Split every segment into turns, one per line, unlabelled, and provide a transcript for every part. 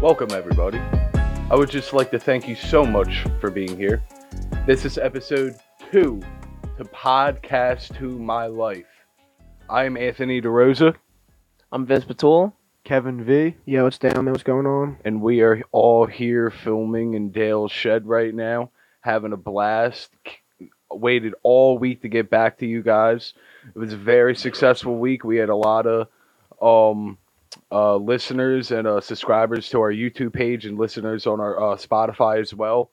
Welcome, everybody. I would just like to thank you so much for being here. This is episode two to Podcast to My Life. I'm Anthony DeRosa,
I'm Vince Patul.
Kevin V.
Yo, it's down there. What's going on?
and we are all here filming in Dale's shed right now, having a blast. C- Waited all week to get back to you guys. It was a very successful week. We had a lot of um, uh, listeners and uh, subscribers to our YouTube page and listeners on our uh, Spotify as well.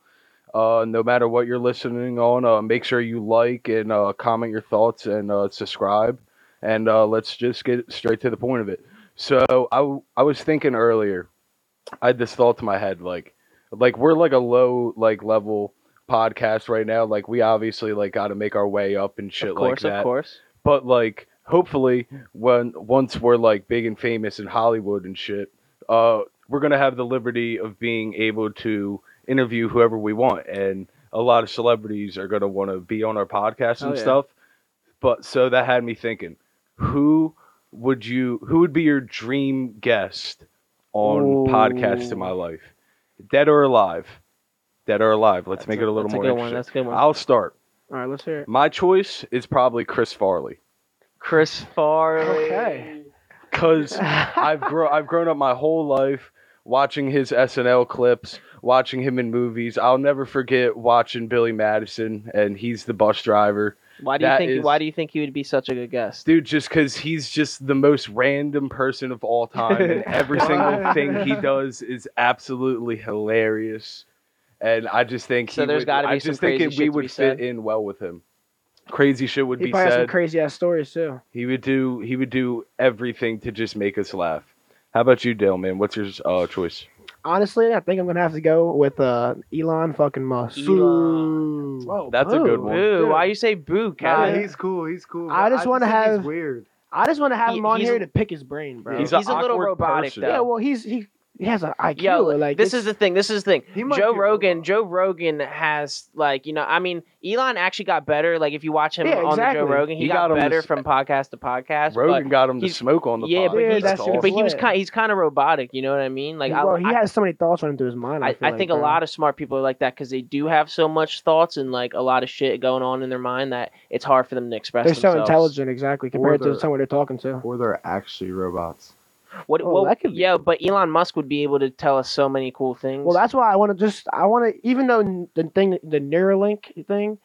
Uh, no matter what you're listening on, uh, make sure you like and uh, comment your thoughts and uh, subscribe. And uh, let's just get straight to the point of it. So I, w- I was thinking earlier, I had this thought to my head, like, like we're like a low like level podcast right now. Like we obviously like got to make our way up and shit
of course,
like that
of course.
but like hopefully when once we're like big and famous in Hollywood and shit, uh, we're gonna have the liberty of being able to interview whoever we want, and a lot of celebrities are gonna want to be on our podcast and
Oh, yeah.
stuff. But so that had me thinking, who would you? Who would be your dream guest on
Ooh.
podcast in my life, dead or alive? Dead or alive? Let's
That's
make it a little
that's
more
a good One.
interesting.
That's a good one.
I'll start.
All right, let's hear it.
My choice is probably Chris Farley.
Chris Farley.
Okay.
Cause I've grown I've grown up my whole life watching his SNL clips, watching him in movies. I'll never forget watching Billy Madison and he's the bus driver.
Why do you
That
think?
is-
Why do you think he would be such a good guest?
Dude, just cause he's just the most random person of all time and every single thing he does is absolutely hilarious. And I just think
So
he
there's
would-
gotta
I
be some
just think
crazy
it-
shit
we
to
would
be
fit
said.
in well with him. Crazy shit would
He
be
probably has some
said.
crazy ass stories too.
He would do he would do everything to just make us laugh. How about you, Dale man? What's your uh, choice?
Honestly, I think I'm gonna have to go with uh, Elon fucking Musk.
uh, Elon.
Whoa,
That's a good
boo.
one.
Boo!
dude.
Why you say boo,
Nah,
Kevin?
he's cool. He's cool.
I just wanna
think he's
have-
weird.
I just want to have
He-
him on
he's
here
a-
to pick his brain, bro.
He's
He's,
a
a little
awkward
robotic
person.
though.
yeah, well, he's he, he has an IQ.
Yo,
like
this
it's-
is the thing. This is the thing.
He might
Joe
be a
Rogan.
robot.
Joe Rogan has like you know. I mean, Elon actually got better. Like if you watch him
Yeah,
on the
exactly.
Joe Rogan, he,
He
got,
got on
better
this-
from podcast to podcast.
Rogan
but-
got him to
he's-
same. smoke on the
yeah,
pod.
but
Yeah,
he's
that's
awesome.
just-
but he was
Slit.
kind. He's kind of robotic. You know what I mean? Like I,
well, he
I,
has so many thoughts running through his mind. I,
I,
feel
I
like,
think a
bro.
lot of smart people are like that because they do have so much thoughts and like a lot of shit going on in their mind that it's hard for them to express.
They're so
themselves.
intelligent, exactly, compared to
they're-
someone they're talking to.
Or they're actually robots.
What?
Oh,
well,
that could be-
yeah, but Elon Musk would be able to tell us so many cool things.
Well, that's why I want to just I want to even though n- the thing the Neuralink thing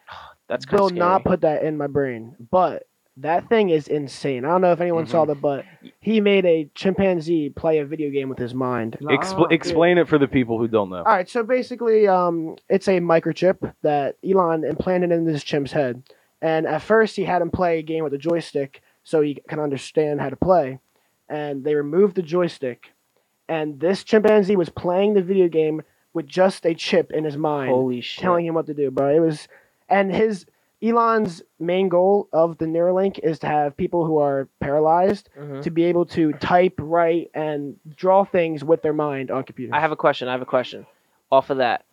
that's kind
will
of
not put that in my brain, but that thing is insane. I don't know if anyone saw that, but he made a chimpanzee play a video game with his mind.
Expl- explain it for the people who don't know.
All right, so basically, um, it's a microchip that Elon implanted in this chimp's head. And at first, he had him play a game with a joystick so he can understand how to play. And they removed the joystick, and this chimpanzee was playing the video game with just a chip in his mind,
Holy shit!
telling him what to do, bro. It was, and his Elon's main goal of the Neuralink is to have people who are paralyzed
Mhm.
to be able to type, write, and draw things with their mind on computers.
I have a question. I have a question. Off of that,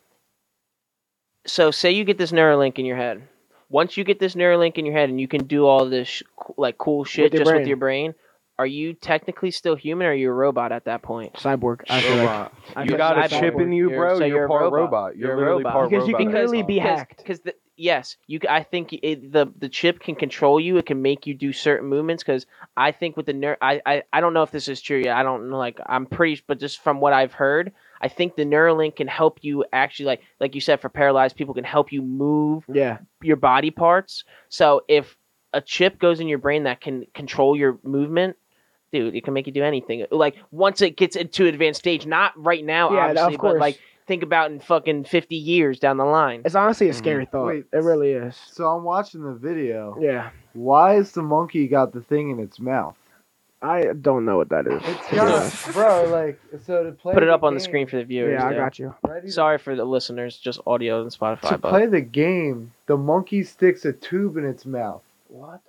so say you get this Neuralink in your head. Once you get this Neuralink in your head and you can do all this sh- like cool shit
your
just with
brain.
your brain, are you technically still human or are you a robot at that point?
cyborg. I feel like.
Robot.
I
You
feel
got
like
a
cyborg.
chip in you,
You're-
bro.
so
you're,
you're a
part robot.
robot.
You're,
You're a
literally
robot.
part
Because you
robot.
can
Because-
literally be hacked.
Because the, yes, you. c- I think it, the the chip can control you. It can make you do certain movements. Because I think with the nerve, I, I I don't know if this is true yet. I don't know. Like I'm pretty, but just from what I've heard, I think the Neuralink can help you actually like like you said for paralyzed people can help you move
Yeah.
your body parts. So if a chip goes in your brain that can control your movement. Dude, it can make you do anything. Like once it gets into advanced stage, not right now,
yeah,
obviously,
of course.
but like think about in fucking fifty years down the line.
it's honestly a
Mhm.
scary thought.
Wait.
it really is.
So I'm watching the video.
Yeah.
Why is the monkey got the thing in its mouth?
I don't know what that is.
It's
Yeah.
got, bro. Like so to play.
Put it up on the screen for the viewers.
yeah, I
there.
got you.
Ready?
Sorry for the listeners, just audio and
To
Spotify. But
play the game, the monkey sticks a tube in its mouth. What?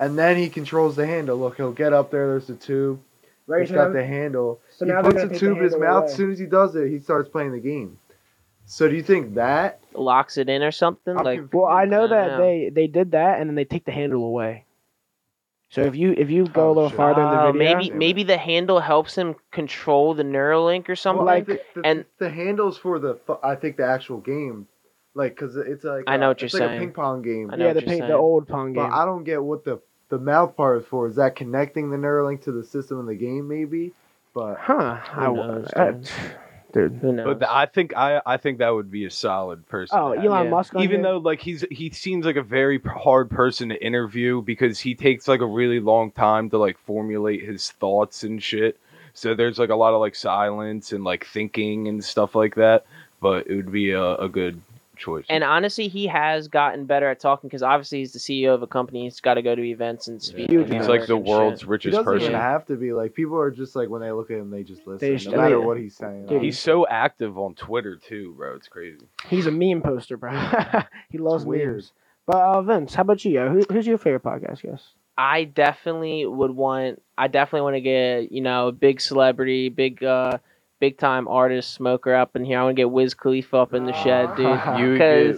And then he controls the handle. Look, he'll get up there. There's the tube.
Right,
He's got the handle.
so
he puts a tube in his mouth. As soon as he does it, he starts playing the game. So do you think that?
locks it in or something.
I'm
like
confused.
Well, I know
I
that
know.
they they did that and then they take the handle away. So if you if you go a
Oh,
little
shit.
farther in the
Wow,
video,
Uh, maybe maybe the handle helps him control the Neuralink or something.
Well,
like,
the, the,
and-
the handles for the fu- I think the actual game, like because it's like
I know
a-
what you're
it's like
saying.
a ping pong game.
I know
yeah,
what
the
you're
pa-
saying.
the old Pong game.
But I don't get what the the mouth part is for. Is that connecting the Neuralink to the system in the game, maybe? But
Huh? I,
Who knows,
I-
dude?
dude.
who knows?
But th- I think I, I think that would be a solid person.
Oh,
to have.
Elon
yeah.
Musk. On
even
here?
though like he's he seems like a very p- hard person to interview because he takes like a really long time to like formulate his thoughts and shit. So there's like a lot of like silence and like thinking and stuff like that. But it would be a, a good choice.
and honestly, he has gotten better at talking because obviously he's the CEO of a company. He's got to go to events and speak.
Huge
and
he's
network
like the
and
world's
shit.
he
richest
doesn't
person.
even have to be. Like people are just like when they look at him, they just listen,
just-
no matter
yeah.
what he's saying.
Dude,
He's so active on Twitter too, bro. It's crazy.
he's a meme poster, bro. he loves
It's weird.
memes. But uh, Vince, how about you? yo? Who, who's your favorite podcast guest?
I definitely would want. I definitely want to get you know a big celebrity, big uh, big time artist, smoker up in here. I want to get Wiz Khalifa up in the shed, dude.
Ah. You would get-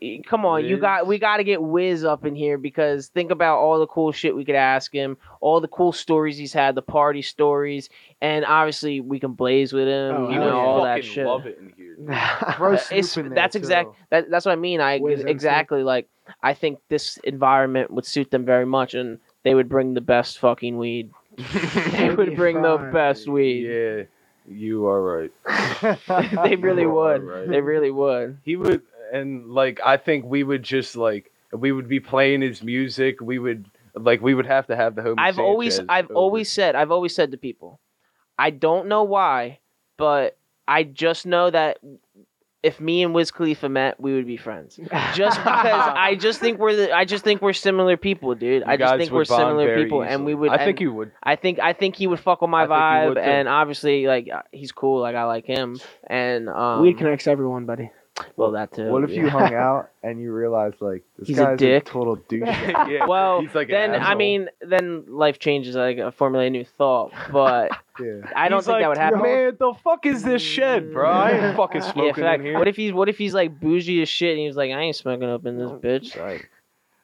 Because come on, you
Wiz.
got we got to get Wiz up in here because think about all the cool shit we could ask him, all the cool stories he's had, the party stories, and obviously we can blaze with him,
Oh,
you
you
hell
know,
would
yeah.
all that
fucking
shit.
Love it in here. dude.
Throw
Uh,
Snoop
it's-
in there,
that's
too.
exact. That, that's what I mean. I
Wiz and
exactly like I think this environment would suit them very much, and they would bring the best fucking weed. they
They'd
would
be
bring the
fine,
best weed.
Yeah, you are right.
they really
You are
would.
right.
They really would.
he would and like i think we would just like we would be playing his music we would like we would have to have the home
I've always, I've always said, I've always said to people, I don't know why, but I just know that if me and Wiz Khalifa met, we would be friends. Just because I just think we're, the, I just think we're similar people, dude. I just think we're similar people, and we would.
i
and-
think you would
I think I think he would fuck with my
I think he would,
vibe,
too.
and obviously, like uh, he's cool. Like I like him, and um,
Weed connects everyone, buddy.
well that too.
what if you
yeah.
hung out and you realized like this
He's a
guy's
dick.
total douche?
yeah,
Well,
he's like an
then I
asshole.
mean, then life changes. Like I formulate a new thought, but
yeah.
I don't
He's
think
like,
that would happen.
man the fuck is this shed bro i ain't fucking
Yeah,
smoking
fact.
in here
What if he's what if he's like bougie as shit and he was like, I ain't smoking up in this bitch. Like,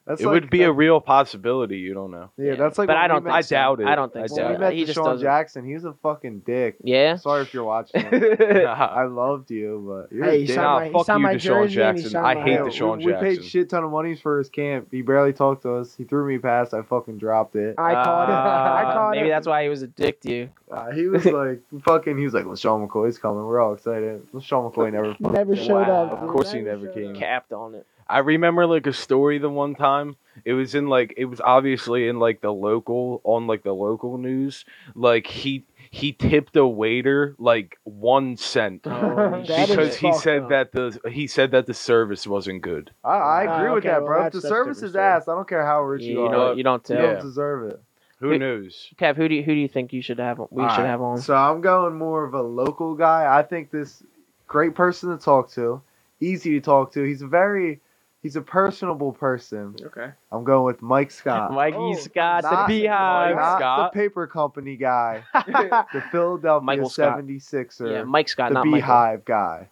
That's
it
like-
would be a real possibility you don't know
yeah, that's like
but
when
I
we
don't.
met-
Think
I
so.
doubt it.
I don't think
I
so.
doubt
when
it.
we met
He just
Deshaun
doesn't.
Jackson, he was a fucking dick.
Yeah.
Sorry if you're watching. I love you, but you're
Hey,
a
he
dick.
signed
Nah,
my, he
fuck
signed
you,
my
Deshaun
jersey and he
Jackson.
signed
I
my
hate
Yeah,
the
hat.
Deshaun. Sean
we, we paid
Jackson.
shit ton of monies for his camp. He barely talked to us. He threw me past. I fucking dropped it.
I called it. I
Uh,
called
Maybe
it.
that's why he was a dick to you.
Uh, he was like fucking. He was like, "LaShawn McCoy's coming." We're all excited. LaShawn McCoy never. fucking
Never
came.
showed
Wow.
up.
Of
dude.
course he never
showed
came.
up.
Capped on it.
I remember like a story the one time. It was in like it was obviously in like the local on like the local news. Like he he tipped a waiter like one cent
That is
because he
fucked
said
up.
that the he said that the service wasn't good.
I, I
Ah,
agree with
okay,
that,
well,
bro. if
that's-
the
that's a
service
different
is ass, I don't care how rich
You,
you,
you
are.
know, you don't
you
tell.
Yeah.
don't deserve it.
Who
Wait.
knows?
Kev, who do you, who do you think you should have? We
All
should
right,
have on.
So I'm going more of a local guy. I think this great person to talk to, easy to talk to. He's a very, he's a personable person.
Okay.
I'm going with Mike Scott.
Mikey
Oh,
Scott,
not-
the Beehive.
Mike
Not
Scott.
the paper company guy, the Philadelphia
Michael Scott.
76er,
yeah, Mike Scott,
the
not Michael.
Beehive guy.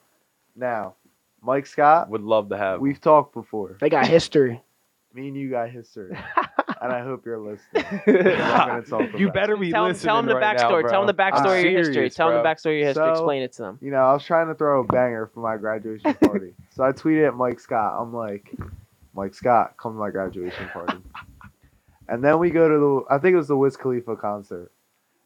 Now, Mike
Uh,
Scott,
Would love to have.
we've talked before.
They got history.
Me and you got history, and I hope you're listening. I'm
him.
gonna talk about
you
it.
better be
Tell him,
listening
tell him the
right now,
backstory.
bro.
tell him the
I'm
backstory of your history.
serious,
Tell him
bro.
the backstory of your history.
So-
Explain it to them.
You know, I was trying to throw a banger for my graduation party. so I tweeted at Mike Scott. I'm like, Mike Scott, come to my graduation party. and then we go to the, I think it was the Wiz Khalifa concert.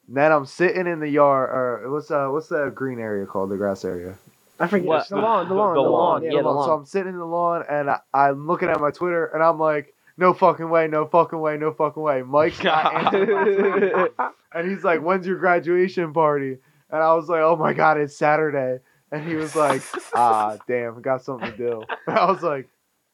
And then I'm sitting in the yard, or what's uh, what's that green area called? The grass area.
I forget.
What?
The lawn. The
The
lawn. The,
lawn,
lawn.
yeah,
Yeah.
the
So
lawn.
I'm sitting in the lawn and I, I'm looking at my Twitter and I'm like, no fucking way, no fucking way, no fucking way. Mike Scott answered my tweet. and he's like, when's your graduation party? And I was like, oh my god, it's Saturday. And he was like, ah, damn, got something to do. And I was like,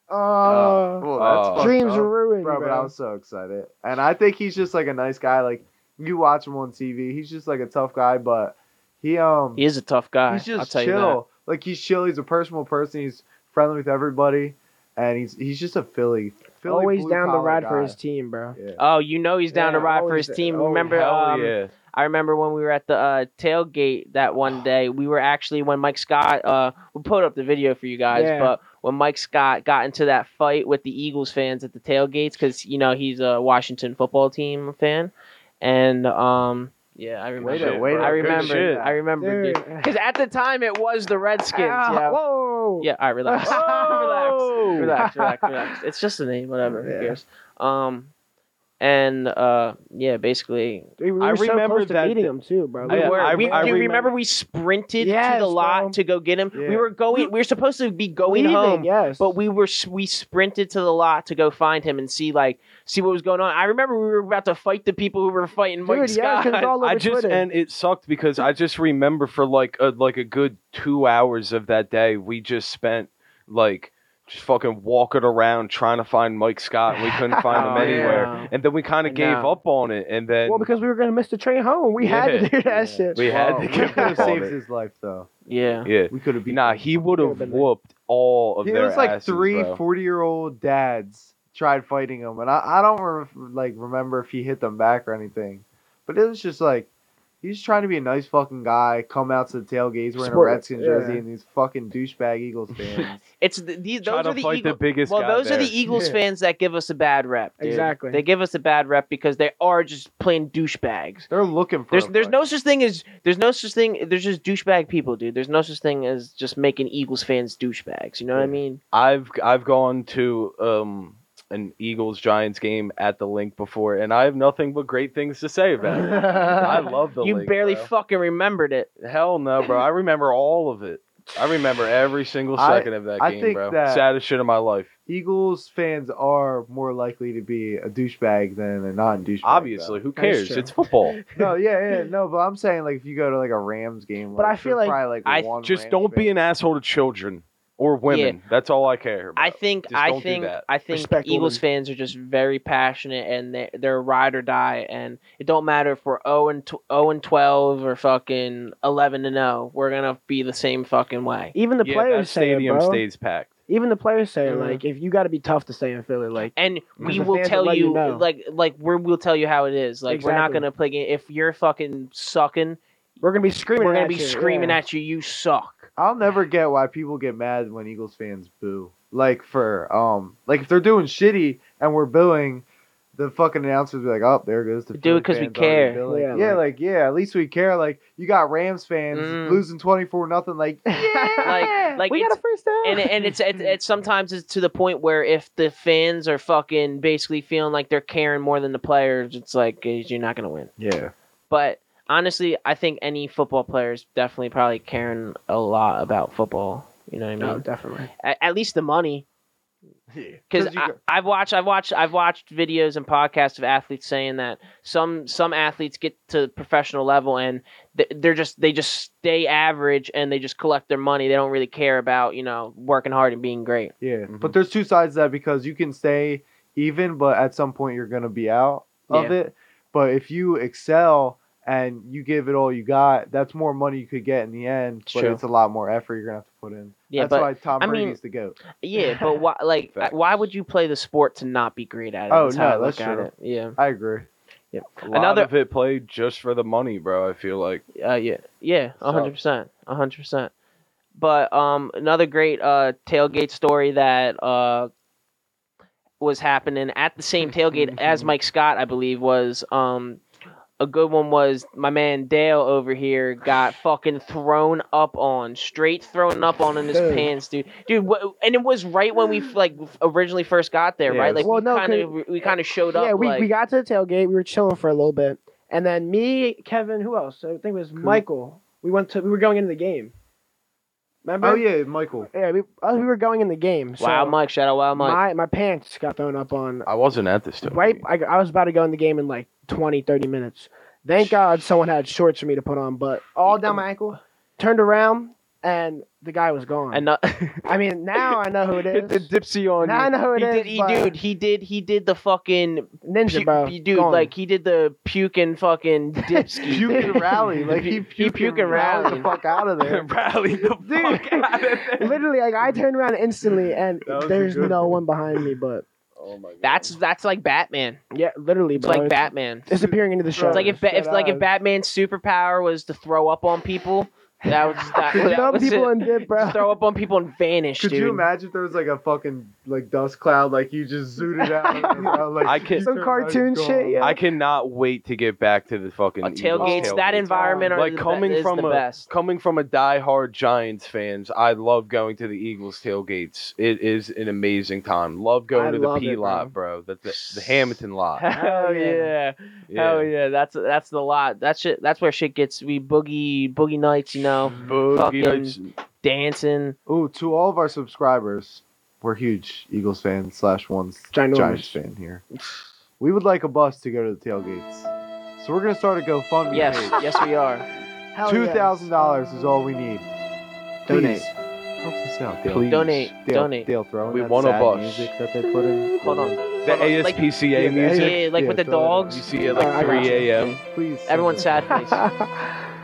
Oh.
Uh,
well, that's
Oh.
fucked
Dreams
up."
ruined,
bro,
bro.
but I was so excited. And I think he's just like a nice guy. Like you watch him on TV, he's just like a tough guy, but he um
He is a tough guy.
he's just
I'll tell you
chill. Like he's chill. He's a personable person. He's friendly with everybody, and he's he's just a Philly. Philly
Always down to
blue-collar
ride for
guy.
his team, bro.
Yeah.
that. Oh, you know he's down
Yeah,
to ride for
always-
his team.
oh,
Remember,
Hell
um,
yeah.
I remember when we were at the uh, tailgate that one day. We were actually when Mike Scott. Uh, we put up the video for you guys,
Yeah.
but when Mike Scott got into that fight with the Eagles fans at the tailgates, because you know he's a Washington football team fan, and um, yeah, I remember.
Wait
Shit,
a wait
bro.
I
a- good
remember.
shit.
I remember.
Dude.
Because at the time it was the Redskins.
Ah,
yeah.
Whoa.
Yeah. All right. Relax.
Whoa.
relax. Relax. Relax. Relax. It's just a name. Whatever.
Oh. Yeah.
Who cares? Um, and uh, yeah, basically
Dude, we
I
were so
remember
close to
that
beating
day.
him too, bro.
we
yeah,
were.
I-
we,
I
do you
remem-
remember we sprinted
Yes,
to the lot
bro.
to go get him?
Yeah.
We were going. We were supposed to be going
Leaving,
home.
Yes.
But we were s- we sprinted to the lot to go find him and see like see what was going on. I remember we were about to fight the people who were fighting
Oh
dude,
Mike
yeah, 'cause
Scott.
it's all over
I just
Twitter.
and
and it sucked because I just remember for like a like a good two hours of that day, we just spent like just fucking walking around trying to find Mike Scott. and We couldn't find
Oh,
him anywhere,
yeah.
and then we kind
I
of gave
know.
up on it. And then
well, because we were gonna miss the train home, we had to
Yeah.
do that shit.
we had to
we
give
could have
up on
saved
it.
his life though.
yeah.
Yeah,
We could have beat.
nah, he would have
been there.
whooped all of
It
their
was like
asses,
three
bro.
40 year old dads tried fighting him, and I, I don't re- like remember if he hit them back or anything, but it was just like he's trying to be a nice fucking guy, come out to the tailgates wearing
Sport-
a Redskins
yeah.
jersey and these fucking douchebag Eagles fans.
It's the, these
Try
those
to
are the
fight
Eagle-
the biggest.
Well,
guy
those
there.
are the Eagles
Yeah.
fans that give us a bad rep. dude.
Exactly.
They give us a bad rep because they are just plain douchebags.
They're looking for.
There's
a
there's
fight.
no such thing as there's no such thing there's just douchebag people, dude. There's no such thing as just making Eagles fans douchebags. You know what I
Yeah.
mean?
I've I've gone to um an Eagles Giants game at the link before, and I have nothing but great things to say about it. I love the
you
link,
barely
bro.
fucking remembered it.
hell no, bro. I remember all of it. I remember every single
I-
second of that
I
game,
think
bro.
that-
Saddest shit of my life,
Eagles fans are more likely to be a douchebag than a non douchebag.
obviously. Who cares?
true.
It's football.
No, yeah, yeah, no, but I'm saying like if you go to like a Rams game,
But I
like,
feel
there's
like-
probably, like
I-
one
Just
Rams
don't be
fan.
an asshole to children or women. That's all I care. About.
I think
Just
I
don't do
think
that.
I think
Respect
Eagles
women.
fans are just very passionate and they they're ride or die and it don't matter if we're 0 and tw- 0 and 12 or fucking 11 and 0. We're going to be the same fucking way.
even the
yeah, that
players say it,
stadium
bro.
stays packed.
Even the players say it,
Uh-huh.
Yeah.
like, if you got to be tough to stay in Philly, like,
And we
the
will
fans will
tell
let you
you,
know.
like like we will tell you how it is. Like we're not
Exactly.
going to play game if you're fucking sucking,
we're gonna be screaming.
we're
going
going
to
to be screaming at you you suck.
I'll never get why people get mad when Eagles fans boo. Like for um, like if they're doing shitty and we're booing, the fucking announcers be like, "Oh, there goes the
We do it
Philly
'cause we
fans already
care.
billing."
Yeah,
Yeah,
like-
like, yeah, at least we care. Like you got Rams fans
Mm.
losing twenty four nothing. Like
Like like
we
it's-
got a first down.
and it- and it's, it's it's sometimes it's to the point where if the fans are fucking basically feeling like they're caring more than the players, it's like eh, you're not gonna win.
yeah,
But honestly, I think any football player is definitely probably caring a lot about football. You know what I mean?
no, definitely.
at, at least the money. Because
'Cause you go-
I've watched, I've watched, I've watched videos and podcasts of athletes saying that some some athletes get to the professional level and th- they're just they just stay average and they just collect their money. They don't really care about you know working hard and being great.
yeah.
Mhm.
But there's two sides to that because you can stay even, but at some point you're gonna be out of
Yeah.
it. But if you excel and you give it all you got, that's more money you could get in the end. But
True.
it's a lot more effort you're gonna have to put in.
Yeah,
that's
but
why Tom
I
Brady's
mean-
the goat.
yeah, but why like
Facts.
why would you play the sport to not be great at it?
Oh,
That's how I
no,
look
that's
at
true.
it. Yeah,
I agree.
A lot
Another-
of it played just for the money, bro. I feel like.
uh, yeah, yeah,
So-
a hundred percent, a hundred percent. But um, another great uh tailgate story that uh was happening at the same tailgate as Mike Scott, I believe, was um a good one was my man Dale over here got fucking thrown up on, straight thrown up on in his
Dude.
pants, dude, dude. wha- and it was right when we like originally first got there,
Yeah,
right?
it
Like
was- Well,
we
no,
kind of we kind of showed up.
Yeah, we,
like,
we got to the tailgate. We were chilling for a little bit, and then me, Kevin, who else? I think it was Michael. We went to. We were going into the game. Remember?
Oh yeah, Michael.
Yeah, we, us, we were going in the game. So
Wow, Mike! Shout out, Wow, Mike!
my my pants got thrown up on.
I wasn't at this.
Right, I, I was about to go in the game in like 20, 30 minutes. Thank God someone had shorts for me to put on, but all down my ankle. Turned around and the guy was gone.
and no-
I mean, now I know who it is.
dipsy on
now I know who it
he
is.
did, he,
but
dude, he did, he did the fucking
ninja
Pu-
bro.
pu- dude,
gone.
like he did the puke and fucking dipski.
Puke and rally. Like he
He
puke,
puke
and
and
rally the
rally.
fuck out of there.
Rally the fuck out of there.
literally, like I turned around instantly, and
That was a
there's
good
no
one.
one behind me. But
Oh my god.
That's that's like Batman.
Yeah, literally,
It's
bro.
like Batman. It's
disappearing into the show.
like if, ba- if
Shut
like if
up.
Batman's superpower was to throw up on people, that was
Just
that, that
dumb
was
people
it.
in dip, bro.
Just throw up on people and vanish,
Could
dude.
you imagine if there was like a fucking like dust cloud, like you just zooted out? and, uh, like,
I can-
you
Some
turned around,
cartoon
it's
shit,
gone.
yeah.
I cannot wait to get back to the fucking
Uh,
Eagles
tailgates,
tailgates.
that environment are
Oh. like
the be-
coming
is
from
the
a
best.
coming from a diehard Giants fans, I love going to the Eagles tailgates. It is an amazing time. Love going
I
to the
love
P
it,
lot, bro. That's the, the Hamilton lot.
Hell
Hell
yeah.
yeah.
Yeah.
Hell yeah. That's that's the lot. That shit that's where shit gets we boogie boogie nights, you know,
Boogie nights.
dancing.
Ooh, to all of our subscribers, we're huge Eagles fans slash ones
Ginormous.
Giants fan here. We would like a bus to go to the tailgates, so we're gonna start a GoFundMe.
Yes,
page.
yes we are.
Hell
Two
yeah.
thousand dollars is all we need.
Donate.
Please, help us out, Dale.
Please.
Donate.
Dale,
Donate.
Dale, throw in
We
that
want a
sad
bus.
Music that they put in.
Hold on.
The
Hold on, like-
ASPCA
Yeah,
music.
Yeah, like with the
throw it in.
dogs.
You see it
Oh, I
like
got
3
you.
a.m.
Please.
Everyone's
throw it
sad face. All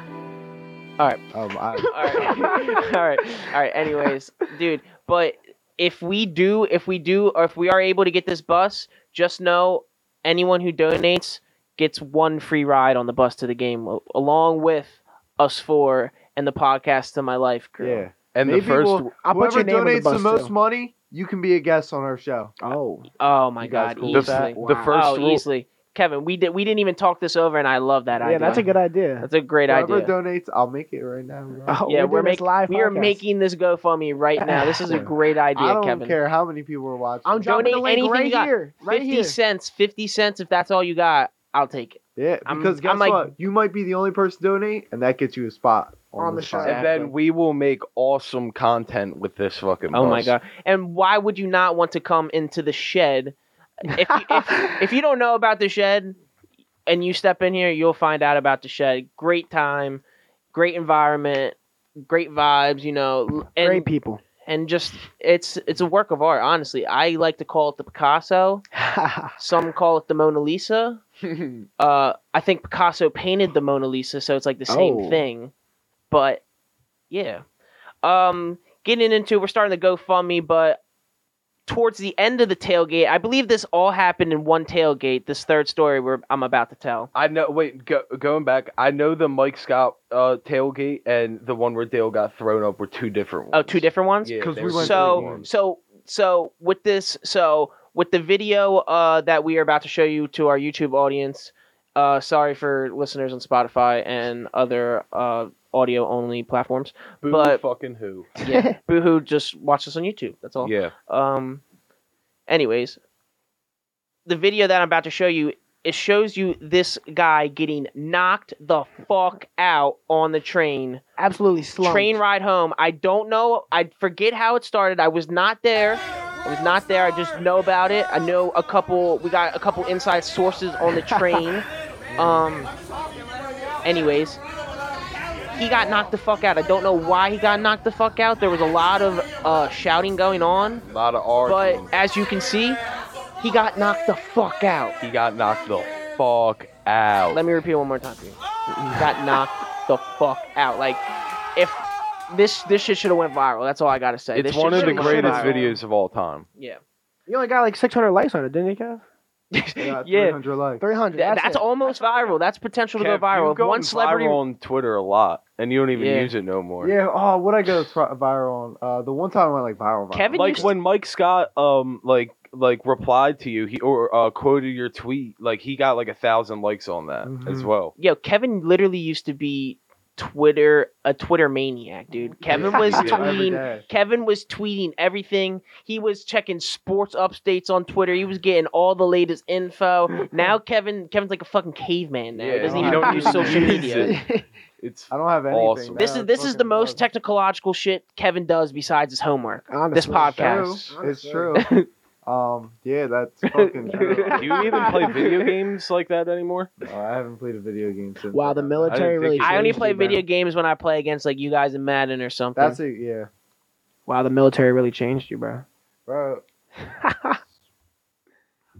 in.
All right.
Um, I,
right. All right. All right. Anyways, dude, but if we do if we do or if we are able to get this bus, just know anyone who donates gets one free ride on the bus to the game a- along with us four and the podcast to my life crew.
yeah.
And the
Maybe
1st
we'll-
I'll put
Whoever
your name on the
donates the,
bus
most
too.
money, you can be a guest on our show.
Oh,
Oh my
You guys
god,
cool
the,
with that?
easily.
the
Wow.
first
oh,
rule
easily. Kevin, we did we didn't even talk this over and I love that
yeah,
idea.
that's a good idea.
That's a great
Whoever
idea.
donates, I'll make it right now. bro.
Oh,
yeah, we're
doing this
making
live.
we are
podcast.
making this GoFundMe right now. This is a
Yeah.
great idea,
I don't
Kevin.
care how many people are watching.
I'm dropping
Donate
the link
anything
right
you got.
here, right
50
here.
cents, 50 cents if that's all you got, I'll take it.
Yeah,
I'm-
because guess
I'm like-
what? You might be the only person to donate, and that gets you a spot on,
On the show.
and
podcast.
then we will make awesome content with this fucking
Oh my
bus.
god. And why would you not want to come into the shed? If you, if, if you don't know about the shed and you step in here, you'll find out about the shed. Great time, great environment, great vibes, you know. And
Great people.
and just it's it's a work of art honestly i like to call it the picasso some call it the mona lisa uh i think picasso painted the mona lisa so it's like the same
Oh.
thing but yeah um getting into we're starting to gofundme but towards the end of the tailgate i believe this all happened in one tailgate this third story where i'm about to tell
I know. Wait, go, going back, I know the Mike Scott uh, tailgate and the one where Dale got thrown up were two different ones.
oh two different ones
Yeah,
'Cause
they
we
were
went
different ones.
so so so with this so with the video uh that we are about to show you to our youtube audience uh sorry for listeners on spotify and other uh audio only platforms
Boo
but-
fucking who?
yeah boohoo just watch this on youtube that's all
Yeah,
um anyways the video that i'm about to show you it shows you this guy getting knocked the fuck out on the train
Absolutely slumped.
train ride home. I don't know. I forget how it started. I was not there. I was not there. I just know about it. I know a couple. We got a couple inside sources on the train. um. Anyways, he got knocked the fuck out. I don't know why he got knocked the fuck out. There was a lot of uh, shouting going on,
a lot of
but
arguing.
as you can see, he got knocked the fuck out.
he got knocked the fuck out.
Let me repeat one more time. Got knocked the fuck out. Like, if this this shit should have went viral. That's all I gotta say.
it's
This
one
shit
of the
should've went
greatest
viral.
videos of all time.
Yeah,
You only got like 600 likes on it, didn't you, Kev?
They got
yeah.
300 likes.
300.
Th-
that's
That's
it.
almost viral. That's potential to
Kev,
go viral.
you've
If
gone
one celebrity.
viral on Twitter a lot, and you don't even
Yeah.
use it no more.
Yeah. Oh, what I go thro- viral on? Uh, the one time I went like viral. viral.
Kevin
like
used-
when Mike Scott um like like replied to you he or uh, quoted your tweet like he got like a thousand likes on that as
Mhm.
well.
Yo, Kevin literally used to be Twitter a Twitter maniac, dude. Kevin
Yeah,
was
yeah, every
tweeting
day.
Kevin was tweeting everything. He was checking sports updates on Twitter. He was getting all the latest info. Now Kevin, Kevin's like a fucking caveman now. he
Yeah,
doesn't
you
even
don't
use
even
social
use
media.
It's
I don't have anything.
Awesome.
now,
This is
it's
this is the
fucking
most
love.
technological shit Kevin does besides his homework.
Honestly,
this podcast.
True. It's true. um. Yeah, that's fucking true.
Do you even play video games like that anymore?
No, I haven't played a video game since.
Wow, the military
think
really.
it-
I only
changed
play
you, bro.
video games when I play against like you guys in Madden or something.
That's a yeah,
Wow, the military really changed you, bro.
bro.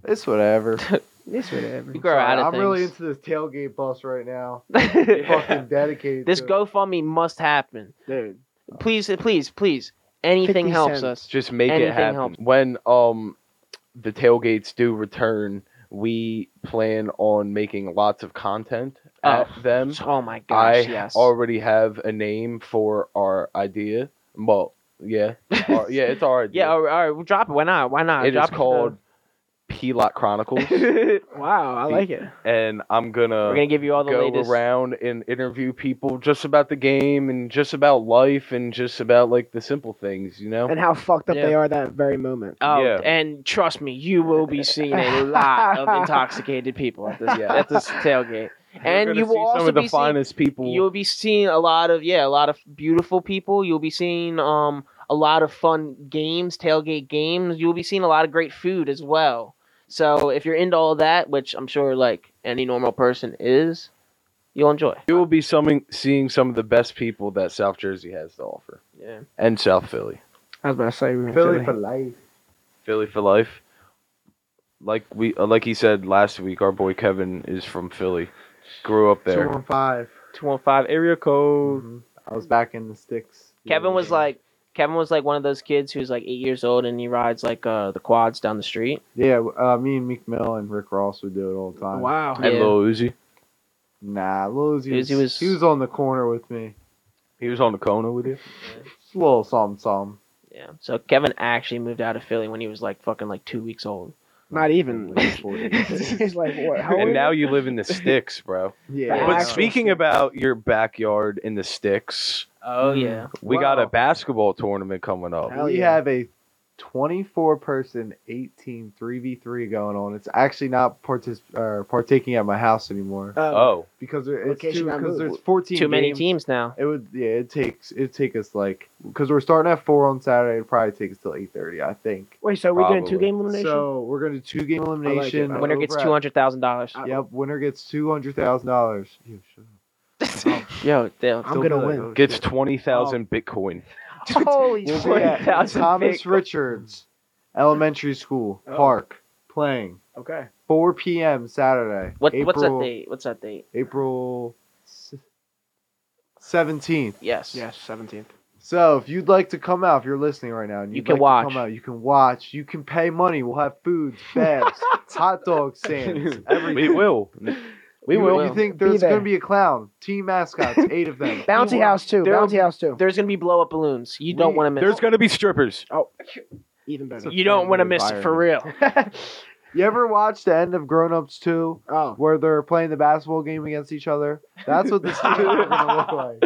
it's whatever.
This whatever.
You grow out of
I'm really
things.
into this tailgate bus right now.
Yeah.
Fucking dedicated.
this
to it.
GoFundMe must happen.
Dude,
Please, please, please. Anything
50
helps
cents.
us.
Just make it
Anything
happen.
helps.
When um the tailgates do return, we plan on making lots of content at them.
Oh my
I
gosh, yes.
already have a name for our idea. Well, yeah, our- yeah, it's our idea.
yeah, all right, all right, well, drop it. Why not? Why not?
it is
drop
called P Lot Chronicles,
Wow, I
The-
like it.
and I'm
We're gonna give you all the
go
latest.
around and interview people just about the game and just about life and just about like the simple things, you know.
And how fucked up
Yeah.
they are that very moment.
Oh,
Yeah.
and trust me, you will be seeing a lot of intoxicated people at this
Yeah.
at this tailgate, and you will
see
also
some of the
be seeing
finest people.
you'll be seeing a lot of yeah a lot of beautiful people you'll be seeing um a lot of fun games tailgate games you'll be seeing a lot of great food as well so if you're into all that which i'm sure like any normal person is you'll enjoy
you will be summing, seeing some of the best people that South Jersey has to offer,
yeah
and South Philly,
I was about to say, we were in
Philly
Philly.
for life.
Philly for life. Like we, uh, like he said last week, our boy Kevin is from Philly, grew up
Two
there.
on five.
215 area code
Mhm. I was back in the sticks.
kevin was like kevin was like one of those kids who's like eight years old and he rides like uh the quads down the street
yeah. Uh, me and Meek Mill and Rick Ross would do it all the time.
Wow.
And
Yeah.
Lil Uzi,
Nah, Lil Uzi was,
Uzi
he
was-
was on the corner with me.
he was on the Kona with you.
Just a little something, something.
yeah so kevin actually moved out of philly when he was like fucking like two weeks old
Not even. He's like, what? How
and
old-
now you live in the sticks, bro.
Yeah.
But
actual
speaking
sticks.
about your backyard in the sticks,
oh yeah
we got a
Wow.
basketball tournament coming up.
Hell
we
yeah.
have a 24 person 18 3v3 going on. It's actually not partic- or partaking at my house anymore
Um,
Oh,
because there- it's
Location
too,
got
because
moved.
there's 14
too many
games.
teams now
It would yeah, it takes it take us like because we're starting at four on Saturday. It'd probably take us till 8:30, I think.
Wait, so we're doing
Probably.
two game elimination?
So we're gonna do two game elimination.
it.
Winner gets two
Over at-
hundred thousand dollars.
Yep, winner gets two hundred thousand dollars.
Yo, damn.
I'm gonna win.
gets twenty thousand Bitcoin.
holy
We'll be
forty
at
thousand.
Thomas Richards Elementary School
Oh.
Park playing
Okay.
4 p.m. Saturday.
What,
April,
what's that date? What's that date?
April seventeenth.
Yes.
Yes, 17th.
So if you'd like to come out, if you're listening right now, and
You
you'd
can
like to
watch.
come out, you can watch. You can pay money. We'll have foods, babs, hot dog stands, everything.
we will. We
you,
will.
You think
Be
there's
there.
gonna be a clown? Team mascots, eight of them.
Bouncy
Be
House 2.
There-
Bouncy House 2.
There's gonna be blow up balloons. You don't
We-
want to miss.
There's
it.
gonna be strippers.
Even
It's
better.
a
You don't want to
family
miss it for real.
You ever watch the end of Grown Ups 2
Oh.
where they're playing the basketball game against each other? That's what this is gonna look like.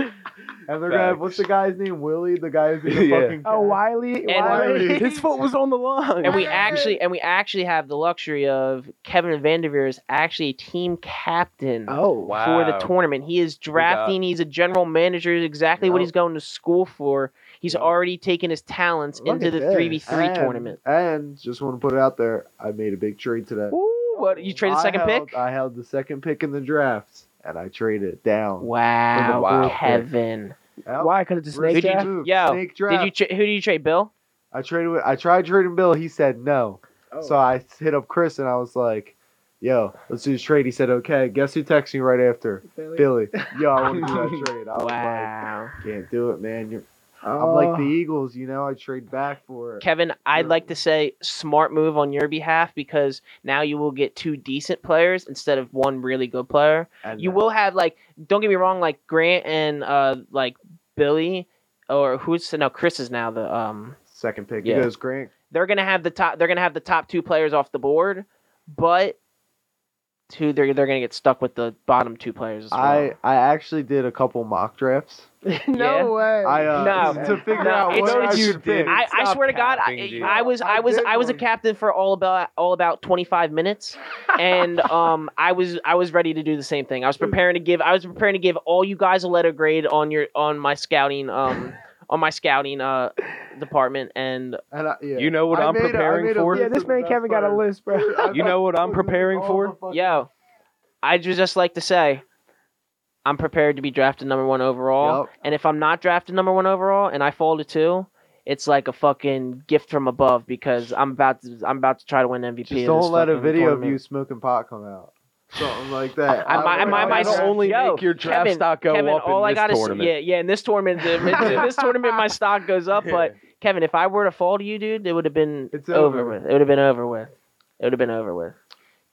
And they're gonna have what's the guy's name? Willie, the guy who's in the
Yeah.
fucking
Oh,
cast?
Wiley.
And-
Wiley.
His foot was on the line.
And we actually and we actually have the luxury of Kevin Vanderveer is actually a team captain
Oh.
for the tournament. He is drafting. He's a general manager. Is exactly what
Yep.
he's going to school for. He's
Yep.
already taken his talents
Look
into
at
the
this.
three v three
And-
tournament.
And just want to put it out there, I made a big trade today.
Ooh, what you traded
I
second
held-
pick?
I held the second pick in the draft, and I traded it down.
Wow,
Wow.
Kevin.
Yep.
Why? Because it's a
Risky
snake draft?
move.
Yo,
snake draft.
Did you? Tra- who did you trade? Bill.
I traded. With, I tried trading Bill. He said no.
Oh.
So I hit up Chris and I was like, "Yo, let's do this trade." He said, "Okay." Guess who texted me right after?
Oh,
Billy. Yo, I want to do that trade. I was
Wow.
like, "Can't do it, man. You're, I'm
Oh.
like the Eagles, you know. I trade back for it."
Kevin, I'd like to say smart move on your behalf because now you will get two decent players instead of one really good player.
And
You will have like, don't get me wrong, like Grant and uh like Billy or who's no Chris is now the um
second pick.
Yeah.
It goes Grant.
they're gonna have the top they're gonna have the top two players off the board, but two they're they're gonna get stuck with the bottom two players. As well.
I I actually did a couple mock drafts.
no
Yeah.
way.
I uh,
No.
to figure
No,
out
it's-
what
it's-
you'd pick.
I, I
Stop
swear to God,
capping,
I,
dude.
I was I
I
was
did
I was a
one.
captain for all about all about twenty five minutes, and um I was I was ready to do the same thing. I was preparing to give I was preparing to give all you guys a letter grade on your on my scouting um on my scouting uh department, and
And I- yeah.
You know what
I
I'm
made a- I
preparing
made a
for?
list
yeah, this
of the
man
best
Kevin got a
players.
list, bro.
You know what I'm preparing for?
yo, I would just like to say. I'm prepared to be drafted number one overall,
Yup.
and if I'm not drafted number one overall and I fall to two, it's like a fucking gift from above because I'm about to I'm about to try to win MVP. of
Just
this
don't let a
fucking
video of
tournament.
you smoking pot come out. Something like that.
I might- I might- I might-
That'll only
Yo,
make your draft
Kevin,
stock go
Kevin,
up in
all I
this
gotta s-
tournament.
yeah, yeah. In this tournament, the- in this tournament, my stock goes up. But Kevin, if I were to fall to you, dude, it would have been
It's
over
over.
with. It would have been over with. It would have been over with.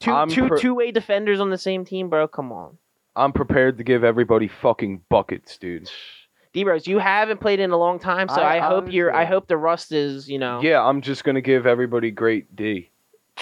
Two
I'm
two
per-
way defenders on the same team, bro. Come on,
I'm prepared to give everybody fucking buckets, dude.
D Rose. You haven't played in a long time, so I,
I- I
hope you're. I
understand.
hope the rust is. You know,
Yeah, I'm just gonna give everybody great D.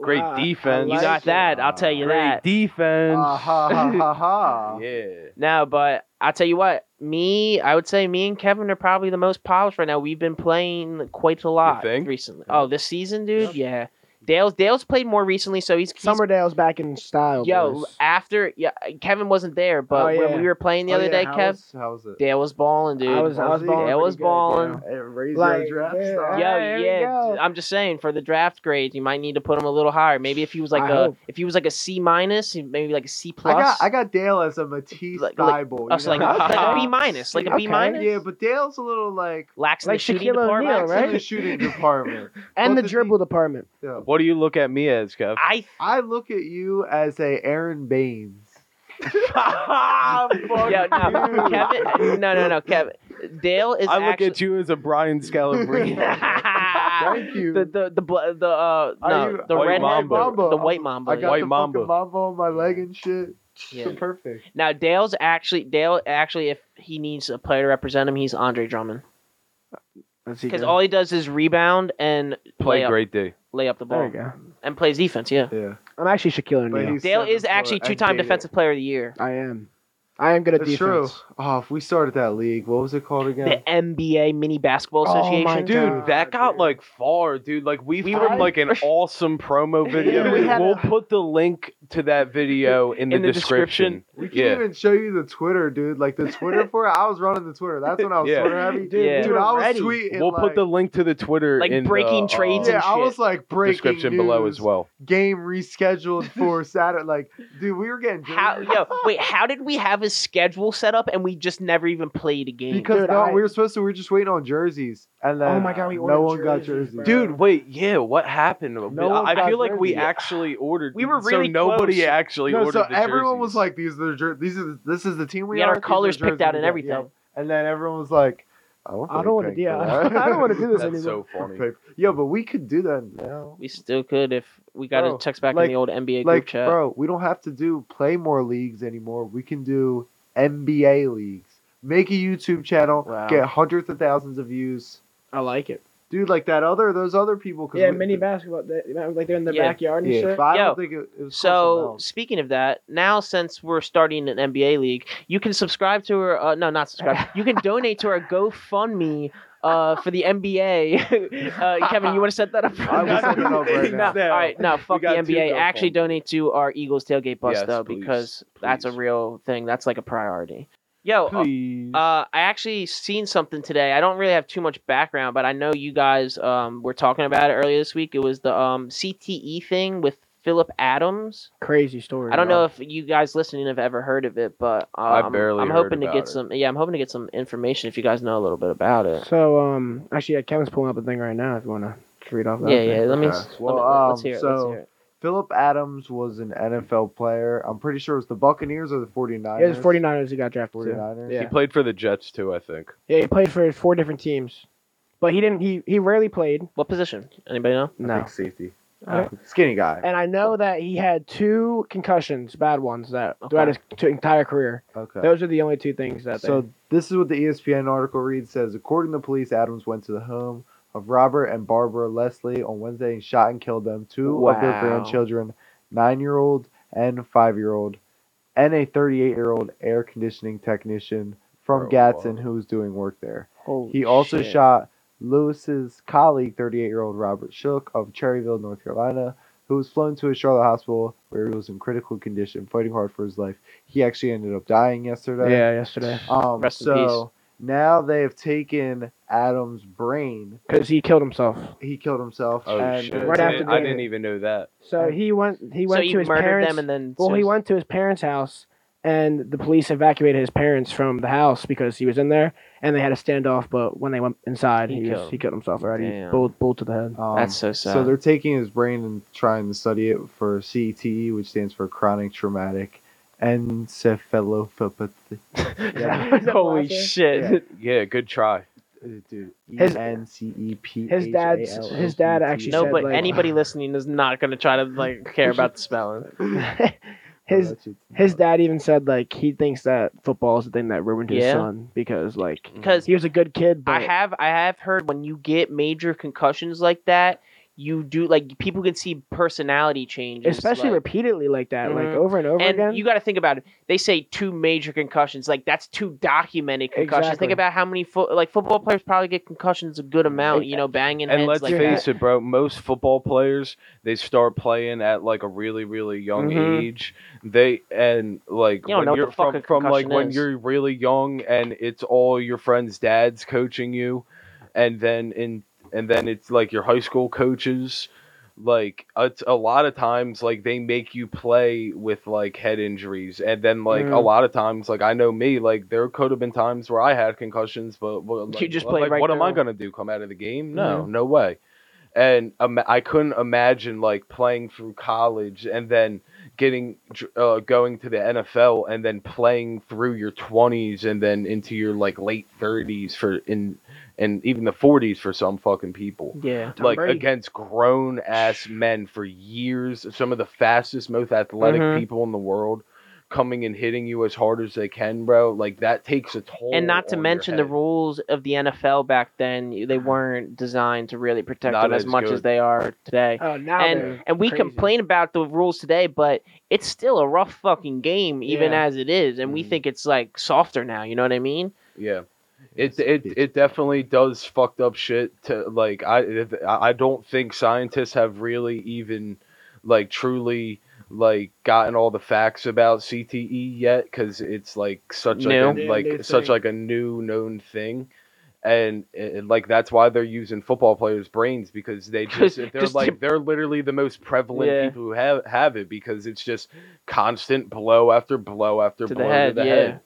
Great
Wow, I
defense.
you got
like-
that. I'll tell you
great
that.
defense.
Ah, ha, ha, ha, ha.
Yeah.
No, but I'll tell you what. Me, I would say me and Kevin are probably the most polished right now. We've been playing quite a lot
think?
recently. Oh, this season, dude. Yeah, Dale's Dale's played more recently, so he's, he's
Summerdale's back in style.
Yo,
boys.
after yeah, Kevin wasn't there, but
Oh,
when
yeah.
we were playing the
Oh,
other
yeah,
day,
how
Kev,
was- How was it?
Dale was balling, dude.
I was, I was
Dale
balling.
was
pretty good,
balling.
yo.
Hey, raise
Like,
your draft
yeah.
stock.
All
Yeah,
right, here we
yeah.
go.
I'm just saying for the draft grades, you might need to put him a little higher. Maybe if he was like
I
a
hope.
if he was like a C minus, maybe like a C plus.
I got I got Dale as a Matisse
Like- like-
Thibault.
us
you
like,
know?
like a
Okay.
B minus, like a B
Okay.
minus.
Yeah, but Dale's a little like
Lacks in
Like
the shooting
Shaquille
department.
O'Neal,
lax in the
right?
shooting department.
And
But
the
the
dribble department.
Yeah.
What do you look at me as, Kev?
I
I look at you as a Aaron Baines.
Oh, yeah, no,
you.
Kevin, no, no, no, Kevin. Dale is.
I look
actually,
at you as a Brian Scalabrine.
Thank you.
The the the bl- the uh
Are
no
you-
the
White
red
Mamba.
the white mamba.
I got
White
the
Mamba.
fucking mamba on my leg and shit.
Yeah.
Perfect.
Now Dale's actually Dale actually if he needs a player to represent him, he's Andre Drummond because all he does is rebound and
Play
lay up,
great D.
lay up the
There you
ball
go.
and plays defense. Yeah,
Yeah.
I'm actually Shaquille
But
O'Neal.
he's
Dale
seven
is
foot
actually
and
two-time
dated.
defensive player of the year.
I am. I am good at
That's true.
defense.
Oh, if we started that league, what was it called again?
The NBA Mini Basketball
Oh,
Association.
my
Dude,
God,
that got
dude.
like far, dude. Like we,
We
found
were-
like an awesome promo video.
Yeah, we had
we'll
a-
put the link to that video in,
In
the,
the
description.
We can
Yeah.
even show you the Twitter, dude. Like the Twitter for it. I was running the Twitter. That's when I was
Yeah.
Twitter heavy.
Dude,
Yeah.
we
Dude,
were
I was
ready.
tweeting.
We'll put the
like-
link to the Twitter
Like
in
breaking
the,
trades
uh,
yeah.
and
I
shit.
was like breaking
description below
news,
as well.
Game rescheduled for Saturday. Like, dude, we were getting
How yo wait? How did we have a schedule set up and we just never even played a game?
because
Dude,
no,
I-
we were supposed to. We were just waiting on jerseys, and then
Oh my God, we
no
ordered
one got
jerseys,
jerseys.
bro.
Dude, wait, yeah, what happened?
one
I I
got
feel like we
jerseys.
actually ordered.
We were
these,
really
so nobody
close.
actually
No,
ordered.
so
the
everyone
jerseys.
was like, "These are the jer- these are the- this is the team we,
we had
are,
our
these are
colors
the jerseys
picked out
we
and
got."
everything.
Yeah. And then everyone was like, "I don't,
I don't want to do.
do
I don't want to do this
That's
anymore.
so funny.
Yeah, but we could do that now.
We still could if we got to
Bro,
text back
like-
in the old NBA group
Like,
chat.
bro, we don't have to do play more leagues anymore. We can do NBA leagues. Make a YouTube channel,
Wow.
get hundreds of thousands of views,
I like it.
dude. Like that other those other people. 'cause
Yeah,
we-
mini basketball. They, like they're in the
Yeah.
backyard and
Yeah,
shit.
but I
Yo,
don't think it, it was
So
close
speaking of that, now since we're starting an NBA league, you can subscribe to our uh, no, not subscribe. you can donate to our GoFundMe uh, for the NBA. uh, Kevin, you want to set that up? For
I will
us?
set it up right
No,
now.
all right, no, fuck the
got two
NBA. Actually,
GoFundMe.
donate to our Eagles tailgate bus
Yes,
though,
please,
because that's a
please.
real thing. That's like a priority. Yo, uh,
Please.
uh, I actually seen something today. I don't really have too much background, but I know you guys um, were talking about it earlier this week. It was the um, CTE thing with Philip Adams.
Crazy story.
I don't
bro.
know if you guys listening have ever heard of it, but um,
barely
I'm
heard
hoping to
about
get
it.
some. Yeah, I'm hoping to get some information if you guys know a little bit about it.
So, um, actually, yeah, Kevin's pulling up a thing right now. If you want to read off that.
yeah,
thing.
yeah. Let me.
Okay.
s-
Well,
let me- let's
um,
hear it. let's
so-
hear it.
Philip Adams was an NFL player. I'm pretty sure it was the Buccaneers or the 49ers.
It was 49ers who got drafted. to.
49ers.
Yeah.
he played for the Jets too, I think.
Yeah, he played for four different teams, but he didn't. He he rarely played.
What position? Anybody know?
I
No.
think safety.
Alright.
Skinny guy.
And I know that he had two concussions, bad ones, that throughout his t- entire career.
Okay.
Those are the only two things that.
So
they,
this is what the E ESPN article reads says according to police Adams went to the home of Robert and Barbara Leslie on Wednesday and shot and killed them two of
Wow.
their grandchildren, 9-year-old and 5-year-old and a 38-year-old air conditioning technicic from
Bro,
Gadsden
wow.
who was doing work there.
holy
He also
shit.
shot Lewis's colleague, 38-year-old Robert Shook of Cherryville, North Carolina, who was flown to a Charlotte hospital where he was in critical condition, fighting hard for his life. He actually ended up dying yesterday.
Yeah, yesterday,
Um,
Rest in
so now they have taken Adam's brain.
because he killed himself.
He killed himself.
Oh
and
shit!
Right
I
after
didn't- I
the-
didn't even know that.
So he went. He
Uh, so
went
he
to his
murdered
parents.
them and then.
well, he
suicide-
went to his parents' house, and the police evacuated his parents from the house because he was in there, and they had a standoff. But when they went inside,
He
he,
killed
was, he killed himself already.
Damn.
Bull, bull to the head.
Um,
That's so sad.
So they're taking his brain and trying to study it for CTE, which stands for chronic traumatic encephalopathy.
Yeah.
Holy
Yeah.
shit.
Yeah, good try.
dude.
His-
E N C E P.
his dad's- his dad actually
no,
said,
but
like-
anybody listening is not going to try to like care about the spelling.
his his dad even said like he thinks that football is the thing that ruined his
Yeah. Mm.
son because like
Because
he was a good kid. But
I have I have heard when you get major concussions like that, you do like people can see personality changes,
especially
like-
repeatedly like that, like
Mhm.
over and over
and
again.
you got to think about it. They say two major concussions, like that's two documented concussions.
Exactly.
Think about how many fo- like football players probably get concussions a good amount. You know, banging
And
heads
let's
like
face it, bro. Most football players they start playing at like a really, really young
Mhm.
age. They and like
You don't
when
know what
you're
the fuck
from,
a
from like
concussion
when
is.
you're really young and it's all your friends' dads coaching you, and then in and then it's like your high school coaches. Like it's a lot of times, like they make you play with like head injuries, and then like a
Mm.
lot of times, like I know me, like there could have been times where I had concussions, but well,
You
like,
just
well,
played
like,
right
what am I
through. Mm-hmm.
gonna do? Come out of the game? No, no way and um, I couldn't imagine like playing through college and then getting dr- uh, going to the NFL and then playing through your 20s and then into your like late 30s for in and even the 40s for some fucking people.
that. Yeah.
like
Brady.
against grown ass men for years, some of the fastest, most athletic
Mhm.
people in the world coming and hitting you as hard as they can, bro. Like that takes a toll.
And not to
on your
mention the
head. Uh-huh.
rules of the NFL back then, they weren't designed to really protect
Not
them as,
as
much
good.
as they are today.
oh, now
and
they're
and we
crazy.
complain about the rules today, but it's still a rough fucking game, even
Yeah.
as it is. And we
Mhm.
think it's like softer now. You know what I mean?
Yeah. It, it it definitely does fucked up shit to like I I don't think scientists have really even like truly like gotten all the facts about CTE yet because it's like such like,
New.
a,
Yeah,
like
new
such
thing.
like a new known thing and uh, like that's why they're using football players brains because they just they're
Just to-
like they're literally the most prevalent
Yeah.
people who have have it because it's just constant blow after blow after
To the
blow
head,
to the
yeah.
head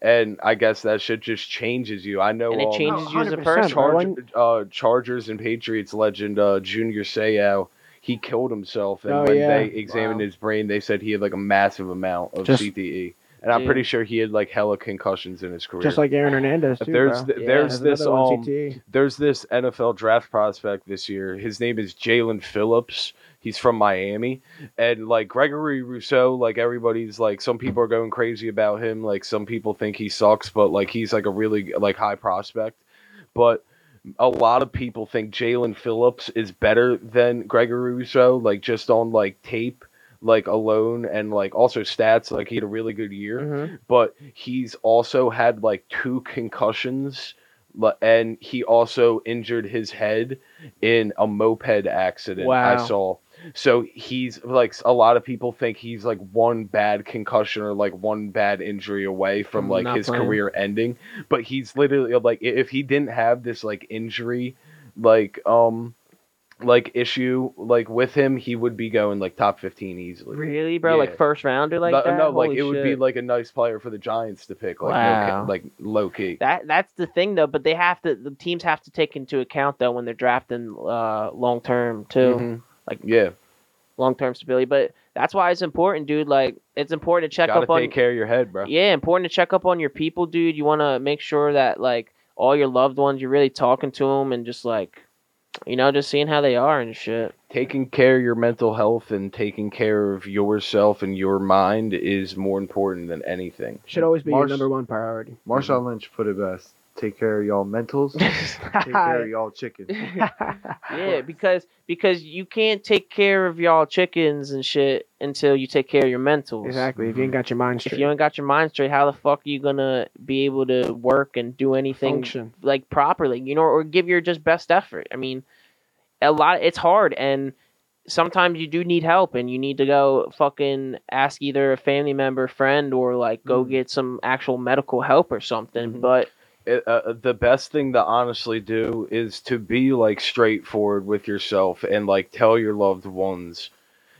and I guess that shit just changes you. I know
And it
um,
changes you as a
100%,
person.
bro.
Charger-
When-
uh, Chargers and Patriots legend uh, Junior Seau. He killed himself, and
Oh,
when
yeah.
they examined
Wow.
his brain, they said he had like a massive amount of
Just-
CTE, and I'm
Dude.
pretty sure he had like hella concussions in his career.
just like Aaron Hernandez.
If
Too,
there's
bro.
th-
Yeah,
there's
There's
this
another one,
E.
um
CTE.
there's this NFL draft prospect this year. His name is Jalen Phillips. He's from Miami. And like Gregory Rousseau, like everybody's like some people are going crazy about him. Like some people think he sucks, but like he's like a really like high prospect. But a lot of people think Jalen Phillips is better than Gregory Rousseau, like just on like tape, like alone and like also stats. Like he had a really good year
Mhm.
but he's also had like two concussions li- and he also injured his head in a moped accident
Wow.
i saw so he's like a lot of people think he's like one bad concussion or like one bad injury away from
From
like
Mm, not
his
playing.
career ending but he's literally like i- if he didn't have this like injury like um like issue like with him he would be going like top 15 easily
Really, bro?
Yeah.
Like first rounder, like
no,
that?
uh, no, like
Holy
it would be
shit.
like a nice player for the Giants to pick, like
Wow.
no, ca- like low key.
that. That's the thing, though. But they have to. The teams have to take into account though when they're drafting uh, long term too,
Mhm.
like-
yeah,
long term stability. But that's why it's important, dude. Like it's important to check
gotta
up on.
take care of your head, bro.
Yeah, important to check up on your people, dude. You want to make sure that like all your loved ones, you're really talking to them and just like, you know, just seeing how they are and shit.
Taking care of your mental health and taking care of yourself and your mind is more important than anything.
should always be your
Marsh-
number one priority.
Marshawn Lynch put it best. Take care of y'all mentals. Take care of y'all chicken.
yeah, because because you can't take care of y'all chickens and shit until you take care of your mentals.
Exactly. If you ain't got your mind
If
straight,
you ain't got your mind straight, how the fuck are you gonna be able to work and do anything
function.
like properly, you know, or give your just best effort. I mean, a lot it's hard and sometimes you do need help and you need to go fucking ask either a family member, friend or like go
Mm-hmm.
Mhm.
get some actual medical help or something,
Mhm.
but
It, uh, the best thing to honestly do is to be like straightforward with yourself and like tell your loved ones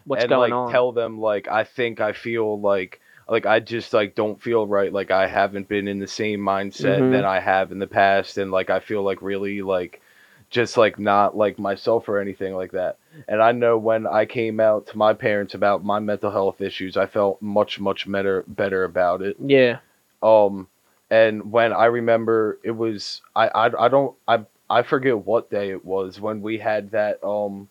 what's
and
going
like
on?
tell them like I think I feel like like I just like don't feel right like I haven't been in the same mindset
Mhm.
that I have in the past and like I feel like really like just like not like myself or anything like that. And I know when I came out to my parents about my mental health issues, I felt much much better better about it.
yeah.
Um And when I remember, it was I I, I don't I I forget what day it was when we had that um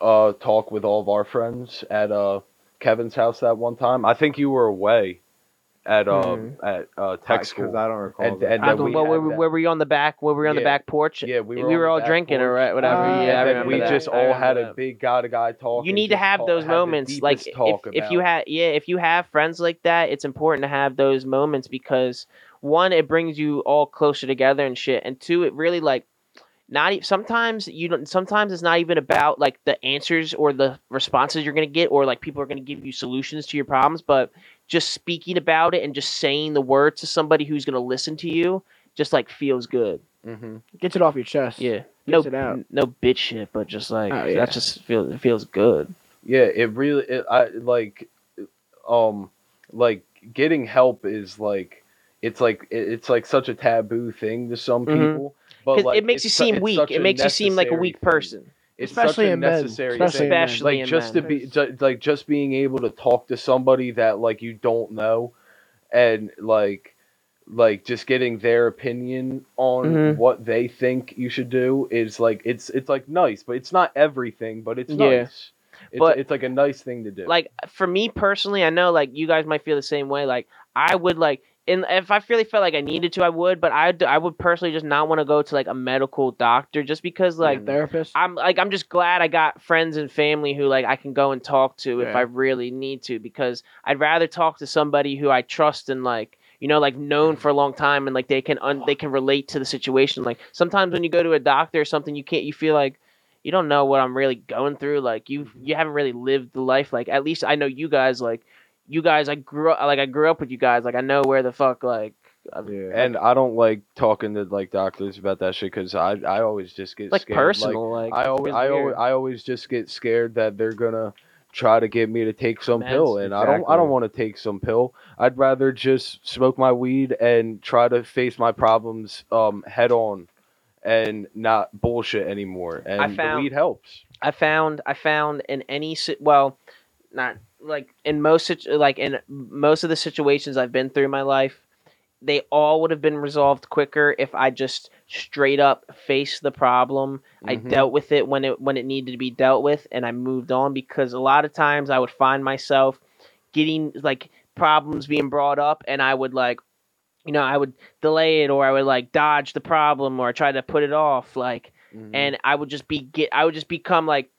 uh talk with all of our friends at uh Kevin's house that one time. I think you were away at uh
Mhm.
at uh tech
because
school.
I don't recall.
And-
that.
and
I
then
don't-
we
well,
had
where, we-
that.
where were you on the back? Where were you on the
Yeah.
back porch?
yeah, we
we
were,
were,
on the
all
back
drinking
porch.
or wha- whatever.
Uh,
Ah, yeah, I
and then
remember
Oh, we
that.
just
I
all had
remember
a
that.
big guy to guy talk.
You
and
need to
just
have
talk-
those
had the
moments. Like
deepest
if,
talk
if you
about-
had yeah, if you have friends like that, it's important to have those moments because one, it brings you all closer together and shit, and two, it really like not e- sometimes you don't sometimes it's not even about like the answers or the responses you're going to get or like people are going to give you solutions to your problems but just speaking about it and just saying the words to somebody who's going to listen to you just like feels good
Mhm.
Gets it off your chest.
yeah no
it out.
n- no bitch shit but just like
Oh, yeah.
that just feels it feels good
Yeah, it really it, I like um like getting help is like it's like it- it's like such a taboo thing to some
Mhm.
people.
'Cause
But like,
it makes you
it's su-
seem
it's
weak
such
it
a
makes you seem like a
necessary
weak
thing.
person
It's
Especially
such a
in men.
necessary
Especially
thing.
in men.
especially
like
in
just
men.
to be ju- like just being able to talk to somebody that like you don't know and like like just getting their opinion on
Mhm.
what they think you should do is like it's it's like nice but it's not everything but it's
Yeah.
nice it's,
But-
it's like a nice thing to do
like for me personally, I know like you guys might feel the same way. Like I would like, and if I really felt like I needed to, I would. But I I would personally just not want to go to like a medical doctor just because like
Yeah.
Therapist.
I'm like I'm just glad I got friends and family who like I can go and talk to if
Yeah.
I really need to because I'd rather talk to somebody who I trust and like you know like known for a long time and like they can un- they can relate to the situation like sometimes when you go to a doctor or something you can't you feel like you don't know what I'm really going through like you
Mm-hmm.
you haven't really lived the life like at least I know you guys like you guys I grew up like I grew up with you guys like I know where the fuck like
yeah.
and i don't like talking to like doctors about that shit because i i always just get
like
scared.
personal like,
I
it's
always,
really
I
weird.
always, I always just get scared that they're gonna try to get me to take some
Meds,
pill, and I don't, I
exactly.
don't want to take some pill. I'd rather just smoke my weed and try to face my problems um, head on, and not bullshit anymore. And the
found-
weed helps.
I found I found in any si- well, not like in most sit- like in most of the situations I've been through in my life, they all would have been resolved quicker if I just straight up faced the problem. I
Mhm.
dealt with it when it when it needed to be dealt with, and I moved on because a lot of times I would find myself getting like problems being brought up, and I would like. You know, I would delay it, or I would like dodge the problem, or try to put it off. Like,
Mhm.
and I would just be get I would just become like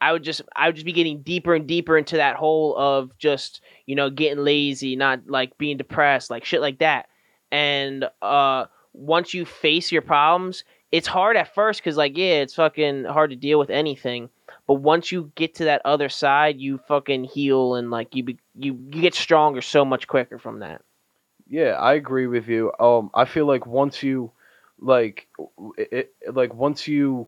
I would just I would just be getting deeper and deeper into that hole of just you know getting lazy, not like being depressed, like shit like that. And uh, once you face your problems, it's hard at first because like yeah, it's fucking hard to deal with anything. But once you get to that other side, you fucking heal and like you be, you you get stronger so much quicker from that.
Yeah, I agree with you. Um, I feel like once you, like, it, it- like once you,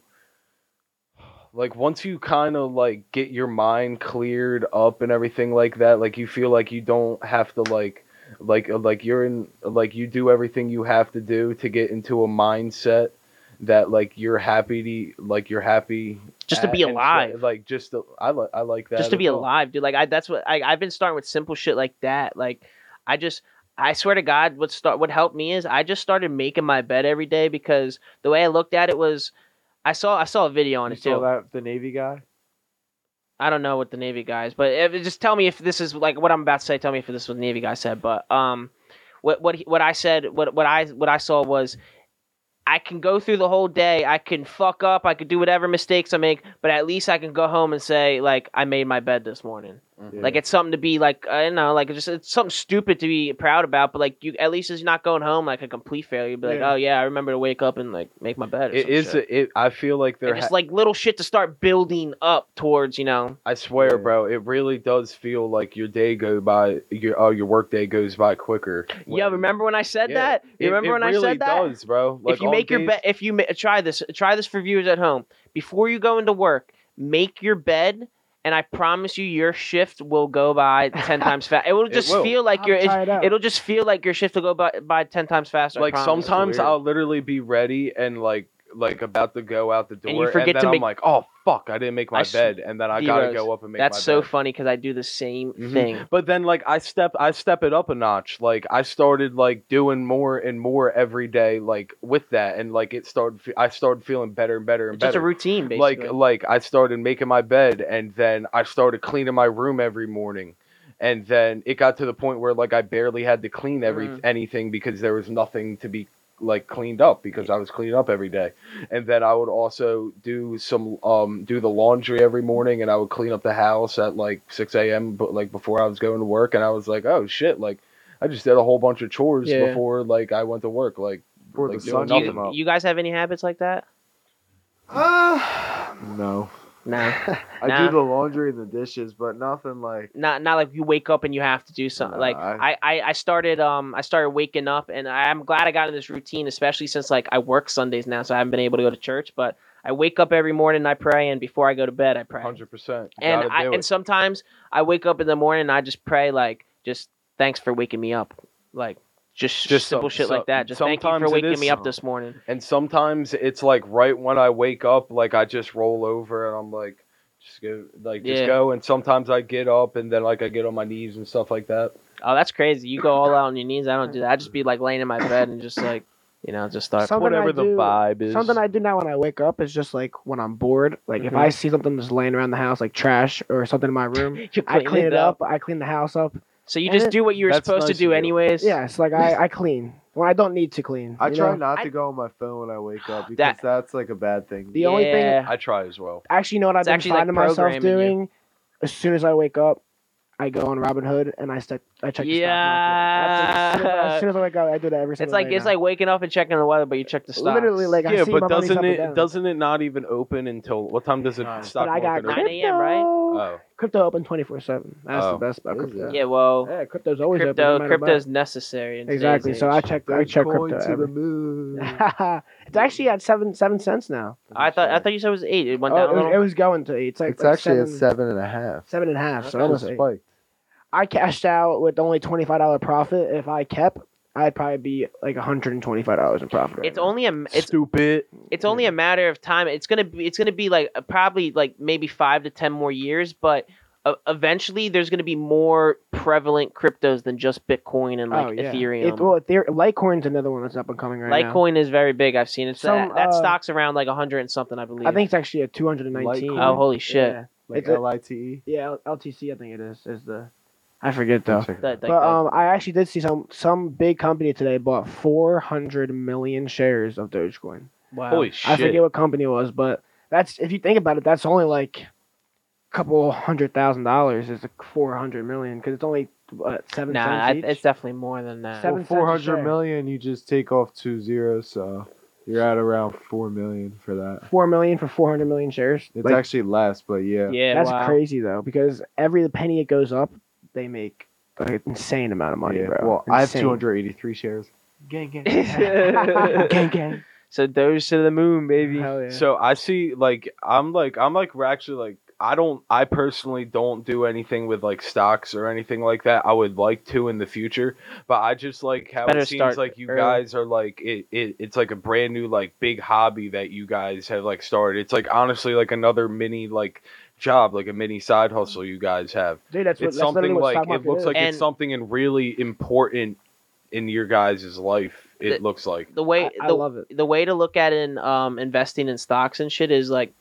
like once you kind of like get your mind cleared up and everything like that, like you feel like you don't have to like, like, uh, like you're in, like you do everything you have to do to get into a mindset that like you're happy to, like you're happy
Just to
at
be
Uh, and stuff.
alive.
like just to, I like I like that
just to
as
be
well.
alive, dude. Like I, that's what I, I've been starting with simple shit like that. Like I just, I swear to God, what start, what helped me is I just started making my bed every day because the way I looked at it was, I saw, I saw a video on
you
it too.
saw that the Navy guy.
I don't know what the Navy guys, but if, just tell me if this is like what I'm about to say. Tell me if this is what the Navy guy said. But um, what what he, what I said, what what I what I saw was, I can go through the whole day. I can fuck up. I could do whatever mistakes I make, but at least I can go home and say like I made my bed this morning.
Mhm.
Yeah.
Like it's something to be like I don't know, like it's just it's something stupid to be proud about. But like you, at least it's not going home like a complete failure. You'd be like,
Yeah.
oh yeah, I remember to wake up and like make my bed. Or
It
some
is.
shit.
a- It. I feel like there
And just like little shit to start building up towards, you know.
I swear,
Yeah.
bro, it really does feel like your day go by your oh your work day goes by quicker.
yeah,
when-
remember when I said
Yeah.
that? You
It-
remember
it
when
really
I said that?
Does, bro. Like,
if you
on
make your
days-
bed, if you ma- try this, try this for viewers at home. Before you go into work, make your bed, and I promise you, your shift will go by ten times fast. It will
It
just
will.
feel like
I'm
your it's-
tired out.
it'll just feel like your shift will go by by ten times faster. I
like
promise.
sometimes
weird.
I'll literally be ready and like like about to go out the door,
you forget
then
to
I'm
make-
like, oh fuck, I didn't make my
I s-
bed, and then I gotta
D-Rose,
go up and make. my
That's so
bed.
funny because I do the same
Mhm.
thing.
But then like I step I step it up a notch. Like I started like doing more and more every day like with that and like it started fe- I started feeling better and better and
It's just a
better.
routine,
like
basically.
like I started making my bed and then I started cleaning my room every morning. And then it got to the point where like I barely had to clean every
Mhm.
anything because there was nothing to be like cleaned up because I was cleaning up every day. And then I would also do some um do the laundry every morning and I would clean up the house at like six AM but like before I was going to work and I was like, Oh shit, like I just did a whole bunch of chores
Yeah.
before like I went to work. Like
Before
Like,
the
you
sun
don't
Do
nothing
you,
up.
you guys have any habits like that?
Uh,
No.
No.
I
Nah.
do the laundry and the dishes, but nothing like.
not not like you wake up and you have to do something.
Nah,
like I,
I-
I, I started um I started waking up and I, I'm glad I got in this routine, especially since like I work Sundays now, so I haven't been able to go to church. But I wake up every morning and I pray, and before I go to bed, I pray.
Hundred percent.
and I, and sometimes I wake up in the morning and I just pray like just thanks for waking me up, like just
Just
just simple
some-
shit like
some-
that. Just thank you
sometimes
for
it
waking
is
me up
some.
this morning.
And sometimes it's like right when I wake up, like I just roll over and I'm like, just go, like just
Yeah.
go. And sometimes I get up and then like I get on my knees and stuff like that.
Oh, that's crazy! You go all out on your knees. I don't do that. I just be like laying in my bed and just like you know just start.
Some- Something
Whatever
I
the
do-
vibe is.
Something I do now when I wake up is just like when I'm bored. Like if
Mhm.
I see something just laying around the house, like trash or something in my room,
You
I clean it up. I clean the house up.
So you
And
just
it-
do what you were
That's
supposed
nice
to do,
of you.
anyways.
Yes, like I, I clean when I don't need to clean.
I
you
try
know?
not
I-
to go on my phone when I wake up because
That-
that's like a bad thing.
The only thing-
Yeah.
I try as well.
Actually, you know what I've
It's
been
actually, like,
finding myself
programming you.
doing? As soon as I wake up, I go on Robinhood and I step, I check the stock market. That's it. As soon as, I-
Yeah.
as soon as I wake up, I do that every single
It's like
day
it's
now.
like waking up and checking the weather, but you check the stocks.
literally like I
Yeah,
see my
but
money's up
doesn't
and
it
down.
doesn't it not even open until what time does it
No.
stop?
But I got
open at
crypto.
9 a.m., right?
Oh,
Crypto open twenty four seven. That's
Oh.
the best about
Uh, Is
crypto.
it?
yeah, well,
Yeah, crypto's uh, always
crypto
open. no matter what.
crypto's necessary. In today's
exactly. So I
age.
check I
Bitcoin
check crypto.
to the
every-
moon.
it's actually at seven seven cents now.
I thought I thought you said it was eight. It went
Oh,
down
it,
a
was, it
little.
was going to eight. It's like
it's
like
actually
seven-
at seven and a half.
seven and a half. So
That
almost
just
eight.
spiked.
I cashed out with only twenty five dollar profit. If I kept, I'd probably be like one hundred and twenty five dollars in profit. right
It's
now.
only a m- it's
stupid.
it's only a matter of time. It's gonna be it's gonna be like uh, probably like maybe five to ten more years, but uh, eventually there's gonna be more prevalent cryptos than just Bitcoin and like
oh, yeah.
Ethereum.
It, well, Ether- Litecoin's another one that's up and coming right now.
Litecoin is very big. I've seen it. So
Some,
that, that
uh,
stock's around like hundred and something, I believe.
I think it's actually at two hundred and nineteen.
Litecoin?
Oh, holy shit!
Yeah,
Like
It's a-
L I T E.
yeah L- LTC I think it is is the. I forget though.
That-
but
like, that-
um, I actually did see some some big company today bought 400 million shares of Dogecoin.
wow.
Holy shit!
I forget what company it was, but that's if you think about it, that's only like a couple hundred thousand dollars is like 400 million because it's only what, seven
Nah, I,
cents each.
it's definitely more than that.
Seven
Well,
cents a
four hundred
share.
million. You just take off two zeros, so you're at around four million for that.
Four million for 400 million shares.
It's
Like,
actually less, but yeah.
Yeah,
that's
wow.
crazy though because every penny it goes up, they make an insane amount of money,
Yeah.
bro.
Well, I have
Insane.
two hundred eighty-three shares.
Gang, gang, gang, gang, gang.
So those to the moon, baby.
Hell yeah.
So I see, like, I'm like, I'm like, we're actually like, I don't, I personally don't do anything with like stocks or anything like that. I would like to in the future, but I just like how
Better
it seems
start
like you
early.
guys are like, it, it, it's like a brand new, like, big hobby that you guys have like started. It's like honestly like another mini, like, job, like a mini side hustle you guys have.
Dude, that's what,
It's
that's literally
something
what
like,
stock
it
market
looks
is.
like
And-
it's something and really important in your guys' life. It
Th-
looks like.
The way
I, I
the,
love it.
the way to look at it in um, investing in stocks and shit is like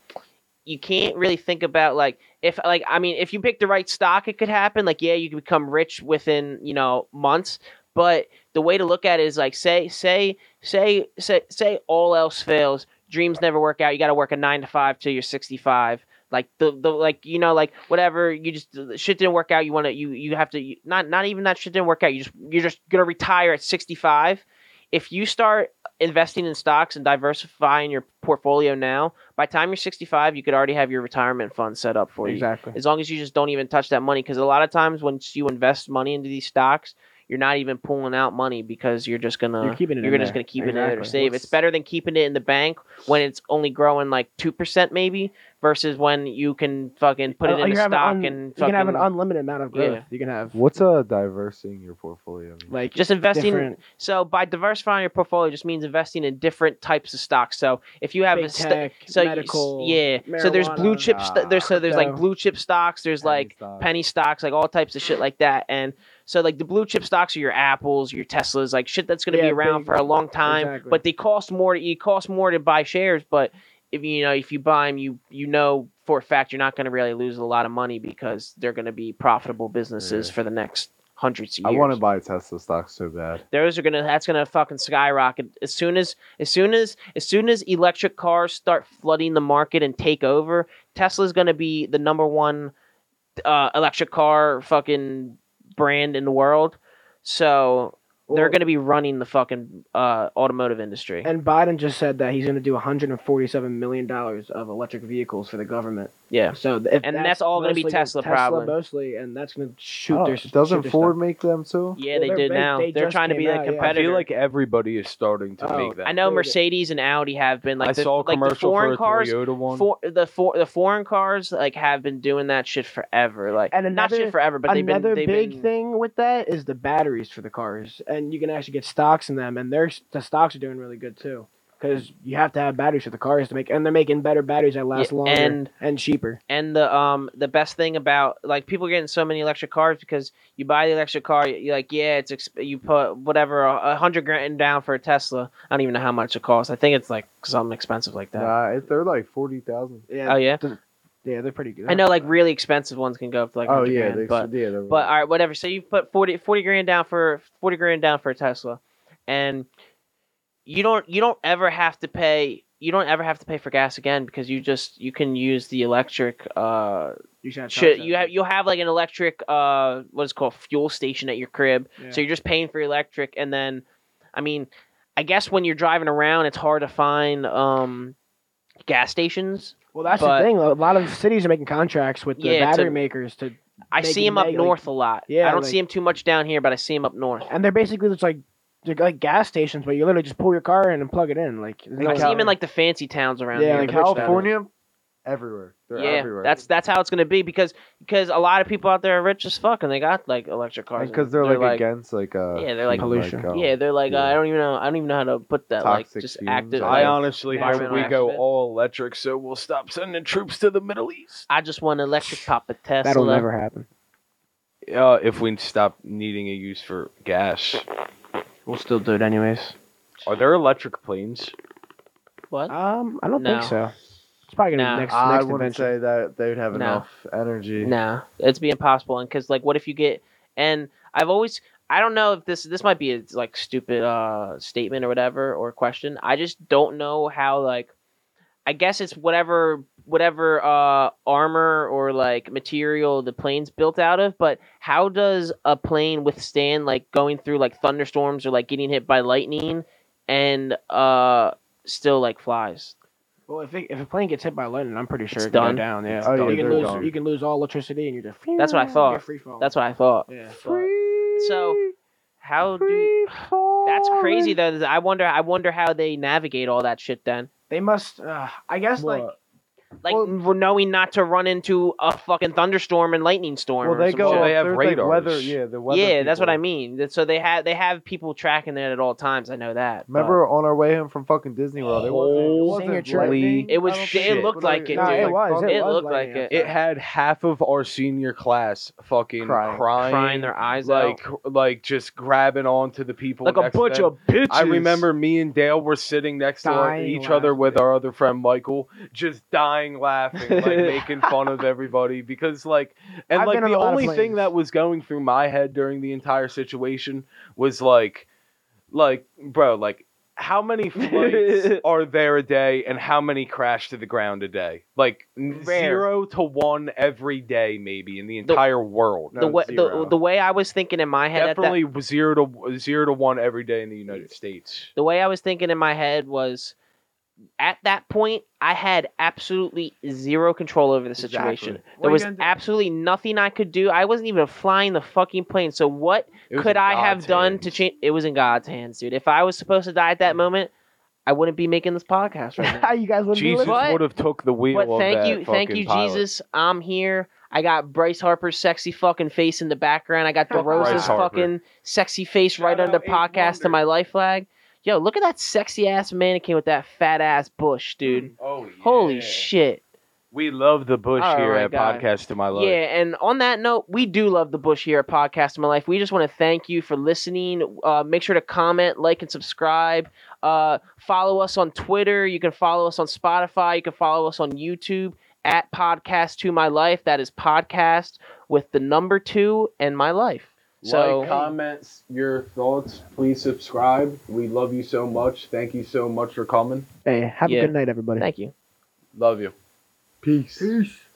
you can't really think about like if like I mean if you pick the right stock it could happen like yeah you could become rich within you know months but the way to look at it is like say say say say say all else fails dreams never work out you got to work a 9 to 5 till you're 65 like the, the like you know like whatever you just the shit didn't work out you want to you you have to you, not not even that shit didn't work out you just you're just going to retire at 65 if you start investing in stocks and diversifying your portfolio now, by the time you're 65, you could already have your retirement fund set up for you.
Exactly.
As long as you just don't even touch that money, because a lot of times once you invest money into these stocks, you're not even pulling out money because you're just gonna
You're keeping it
you're
in
just
there.
gonna keep it in there to
Exactly.
save.
What's-
It's better than keeping it in the bank when it's only growing like two percent maybe, versus when you can fucking put it
Uh,
in a
you have an
stock
un-
and
you can have an
fucking
unlimited amount of growth.
Yeah.
You can have
What's uh diversing your portfolio? mean?
like
just investing.
different
So by diversifying your portfolio, just means investing in different types of stocks. So if you have
big
a st-
tech,
so you-
medical.
yeah, so there's blue
marijuana,
chip. St- there's so there's like
crypto.
blue chip stocks. There's like
Stocks.
penny stocks, like all types of shit like that. And so like the blue chip stocks are your apples, your Teslas, like shit that's gonna be
Yeah,
around
big-
for a long time.
exactly.
But they cost more. It costs more to buy shares, but if you know if you buy them, you you know for a fact you're not gonna really lose a lot of money because they're gonna be profitable businesses
Yeah.
for the next hundreds of
I
years.
want to buy Tesla stocks so bad.
Those are gonna that's gonna fucking skyrocket as soon as as soon as as soon as electric cars start flooding the market and take over. Tesla's gonna be the number one uh, electric car fucking brand in the world. So they're
Well,
gonna be running the fucking uh, automotive industry.
And Biden just said that he's going to do 147 million dollars of electric vehicles for the government.
yeah,
So th- if
And that's all gonna be
mostly
Tesla probably.
mostly, and that's going to shoot
Oh,
their.
doesn't
shoot their
Ford
stock.
make them too?
yeah,
Well,
they
they're-
do
they-
now.
they
They're
just
trying to be
came
a
out, yeah. I feel
I
competitor.
feel like everybody is starting to
Oh,
make that.
I know
Dude.
Mercedes and Audi have been like
I
the,
saw a
like the
commercial for
foreign
a
cars
Toyota one.
For the for the foreign cars like have been doing that shit forever, like
And
not
another-
shit forever, but they've been
Another
they've
big
been,
thing with that is the batteries for the cars, and you can actually get stocks in them, and their s- the stocks are doing really good too, because you have to have batteries for the cars to make, and they're making better batteries that last
Yeah,
longer
and-
and, cheaper.
and the um the best thing about like people getting so many electric cars because you buy the electric car, you're like yeah, it's exp- you put whatever a a hundred grand down for a Tesla. I don't even know how much it costs. I think it's like something expensive like that.
Nah, it- they're like forty thousand.
Yeah,
oh yeah,
yeah, they're pretty good.
I know like really expensive ones can go up to like
oh
100
yeah,
grand,
they,
but
yeah. they're-
But all right, whatever. So you put 40, 40 grand down for forty grand down for a Tesla, and you don't you don't ever have to pay you don't ever have to pay for gas again because you just you can use the electric uh
You should have
shit
stocks
you
in
have
it.
you'll have like an electric uh what is it called fuel station at your crib
Yeah.
so you're just paying for your electric and then I mean I guess when you're driving around it's hard to find um gas stations
Well, that's
but-
the thing. A lot of cities are making contracts with the
Yeah,
battery
to-
makers to,
I
They
see
can
them up
make, like-
north a lot
Yeah,
I don't
like-
see them too much down here but I see them up north
and they're basically just like they're like gas stations, but you literally just pull your car in and plug it in. Like, there's
I
no-
see them in like the fancy towns around
Yeah,
here.
like
which that-
California, everywhere. They're
yeah,
everywhere.
that's that's how it's gonna be because because a lot of people out there are rich as fuck and they got like electric cars
because they're, like, against like uh
Yeah, they're, like,
pollution.
uh,
yeah, they're like uh,
yeah.
I don't even know I don't even know how to put that like
Toxic
just
fumes,
active.
I
I
like,
honestly hope
Environmental
we go
activist.
all electric, so we'll stop sending troops to the Middle East.
I just want an electric pop a Tesla.
that'll never happen.
Uh, if we stop needing a use for gas,
We'll still do it anyways.
are there electric planes?
What?
Um, I don't
No.
think so. It's probably gonna
Nah.
be next
I
next
wouldn't
invention.
say that they would have
No.
enough energy.
Nah, it's be impossible. And because like, what if you get? And I've always I don't know if this this might be a like stupid uh statement or whatever or question. I just don't know how like I guess it's whatever whatever uh armor or like material the plane's built out of. But how does a plane withstand like going through like thunderstorms or like getting hit by lightning and uh still like flies?
Well, if it, if a plane gets hit by lightning, I'm pretty sure
It's
it can
done.
go down. Yeah,
Oh, yeah,
you
they're
can lose
done.
you can lose all electricity, and you're just
That's what I thought.
You're free falling.
That's what I thought.
yeah.
But- so how do? That's
Oh,
crazy though. that- I wonder. I wonder how they navigate all that shit. Then,
They must. Uh, I guess like
Well,
like
Well-
n- knowing not to run into a fucking thunderstorm and lightning storm.
well,
or
they
some
go.
So
shit.
they have
up- there's, like,
radars.
weather, yeah, the weather.
yeah, that's what
people.
I mean. That- So they have they have people tracking it at all times. I know that. but-
Remember on our way home from fucking Disney World, it wasn't.
Holy
It, wasn't
shit.
lightning,
It was-
I don't
it
think.
looked like it,
no,
dude.
it was. It,
It
was
looked like
lightning.
it.
It had half of our senior class fucking
Crying.
crying,
crying their eyes
like
out
like just grabbing onto the people
like a
next to
bunch
them.
of bitches.
I remember me and Dale were sitting next to our-
Dying
each other with our other friend Michael, just dying laughing, like making fun of everybody because like and
I've
like
been on
the
a lot of
only thing
planes.
that was going through my head during the entire situation was like like bro, like how many flights are there a day and how many crash to the ground a day? Like n-
Rare.
0 to 1 every day maybe in the entire world.
the
No,
way the,
zero.
the way I was thinking in my head at that
Definitely 0 to 0 to 1 every day in the United States.
the way I was thinking in my head was at that point, I had absolutely zero control over the situation.
Exactly. What
There
are you
was
gonna do?
absolutely nothing I could do. I wasn't even flying the fucking plane. So what
It was
could
in
I have
God's
done
hands.
to change? It was in God's hands, dude. If I was supposed to die at
Mm.
that moment, I wouldn't be making this podcast right now.
you guys wouldn't
Jesus
be listening.
But-
would have took the wheel.
but
of
thank
that
you, thank you,
fucking pilot.
Jesus. I'm here. I got Bryce Harper's sexy fucking face in the background. I got
Fuck
Bryce
DeRosa's
Harper.
fucking sexy face
Shout
right under
out Eighth
podcast
Wonder.
to my life flag. Yo, look at that sexy ass mannequin with that fat ass bush, dude.
Oh, yeah.
Holy shit.
We love the bush
All
here
right,
at
guy.
Podcast to My Life.
Yeah, and on that note, we do love the Bush here at Podcast of My Life. We just want to thank you for listening. Uh, make sure to comment, like, and subscribe. Uh, follow us on Twitter. You can follow us on Spotify. You can follow us on YouTube at Podcast to My Life. That is podcast with the number two and my life. So
like, comments, your thoughts. Please subscribe. We love you so much. Thank you so much for coming.
Hey, have
Yeah.
a good night, everybody.
thank you.
Love you.
Peace.
Peace.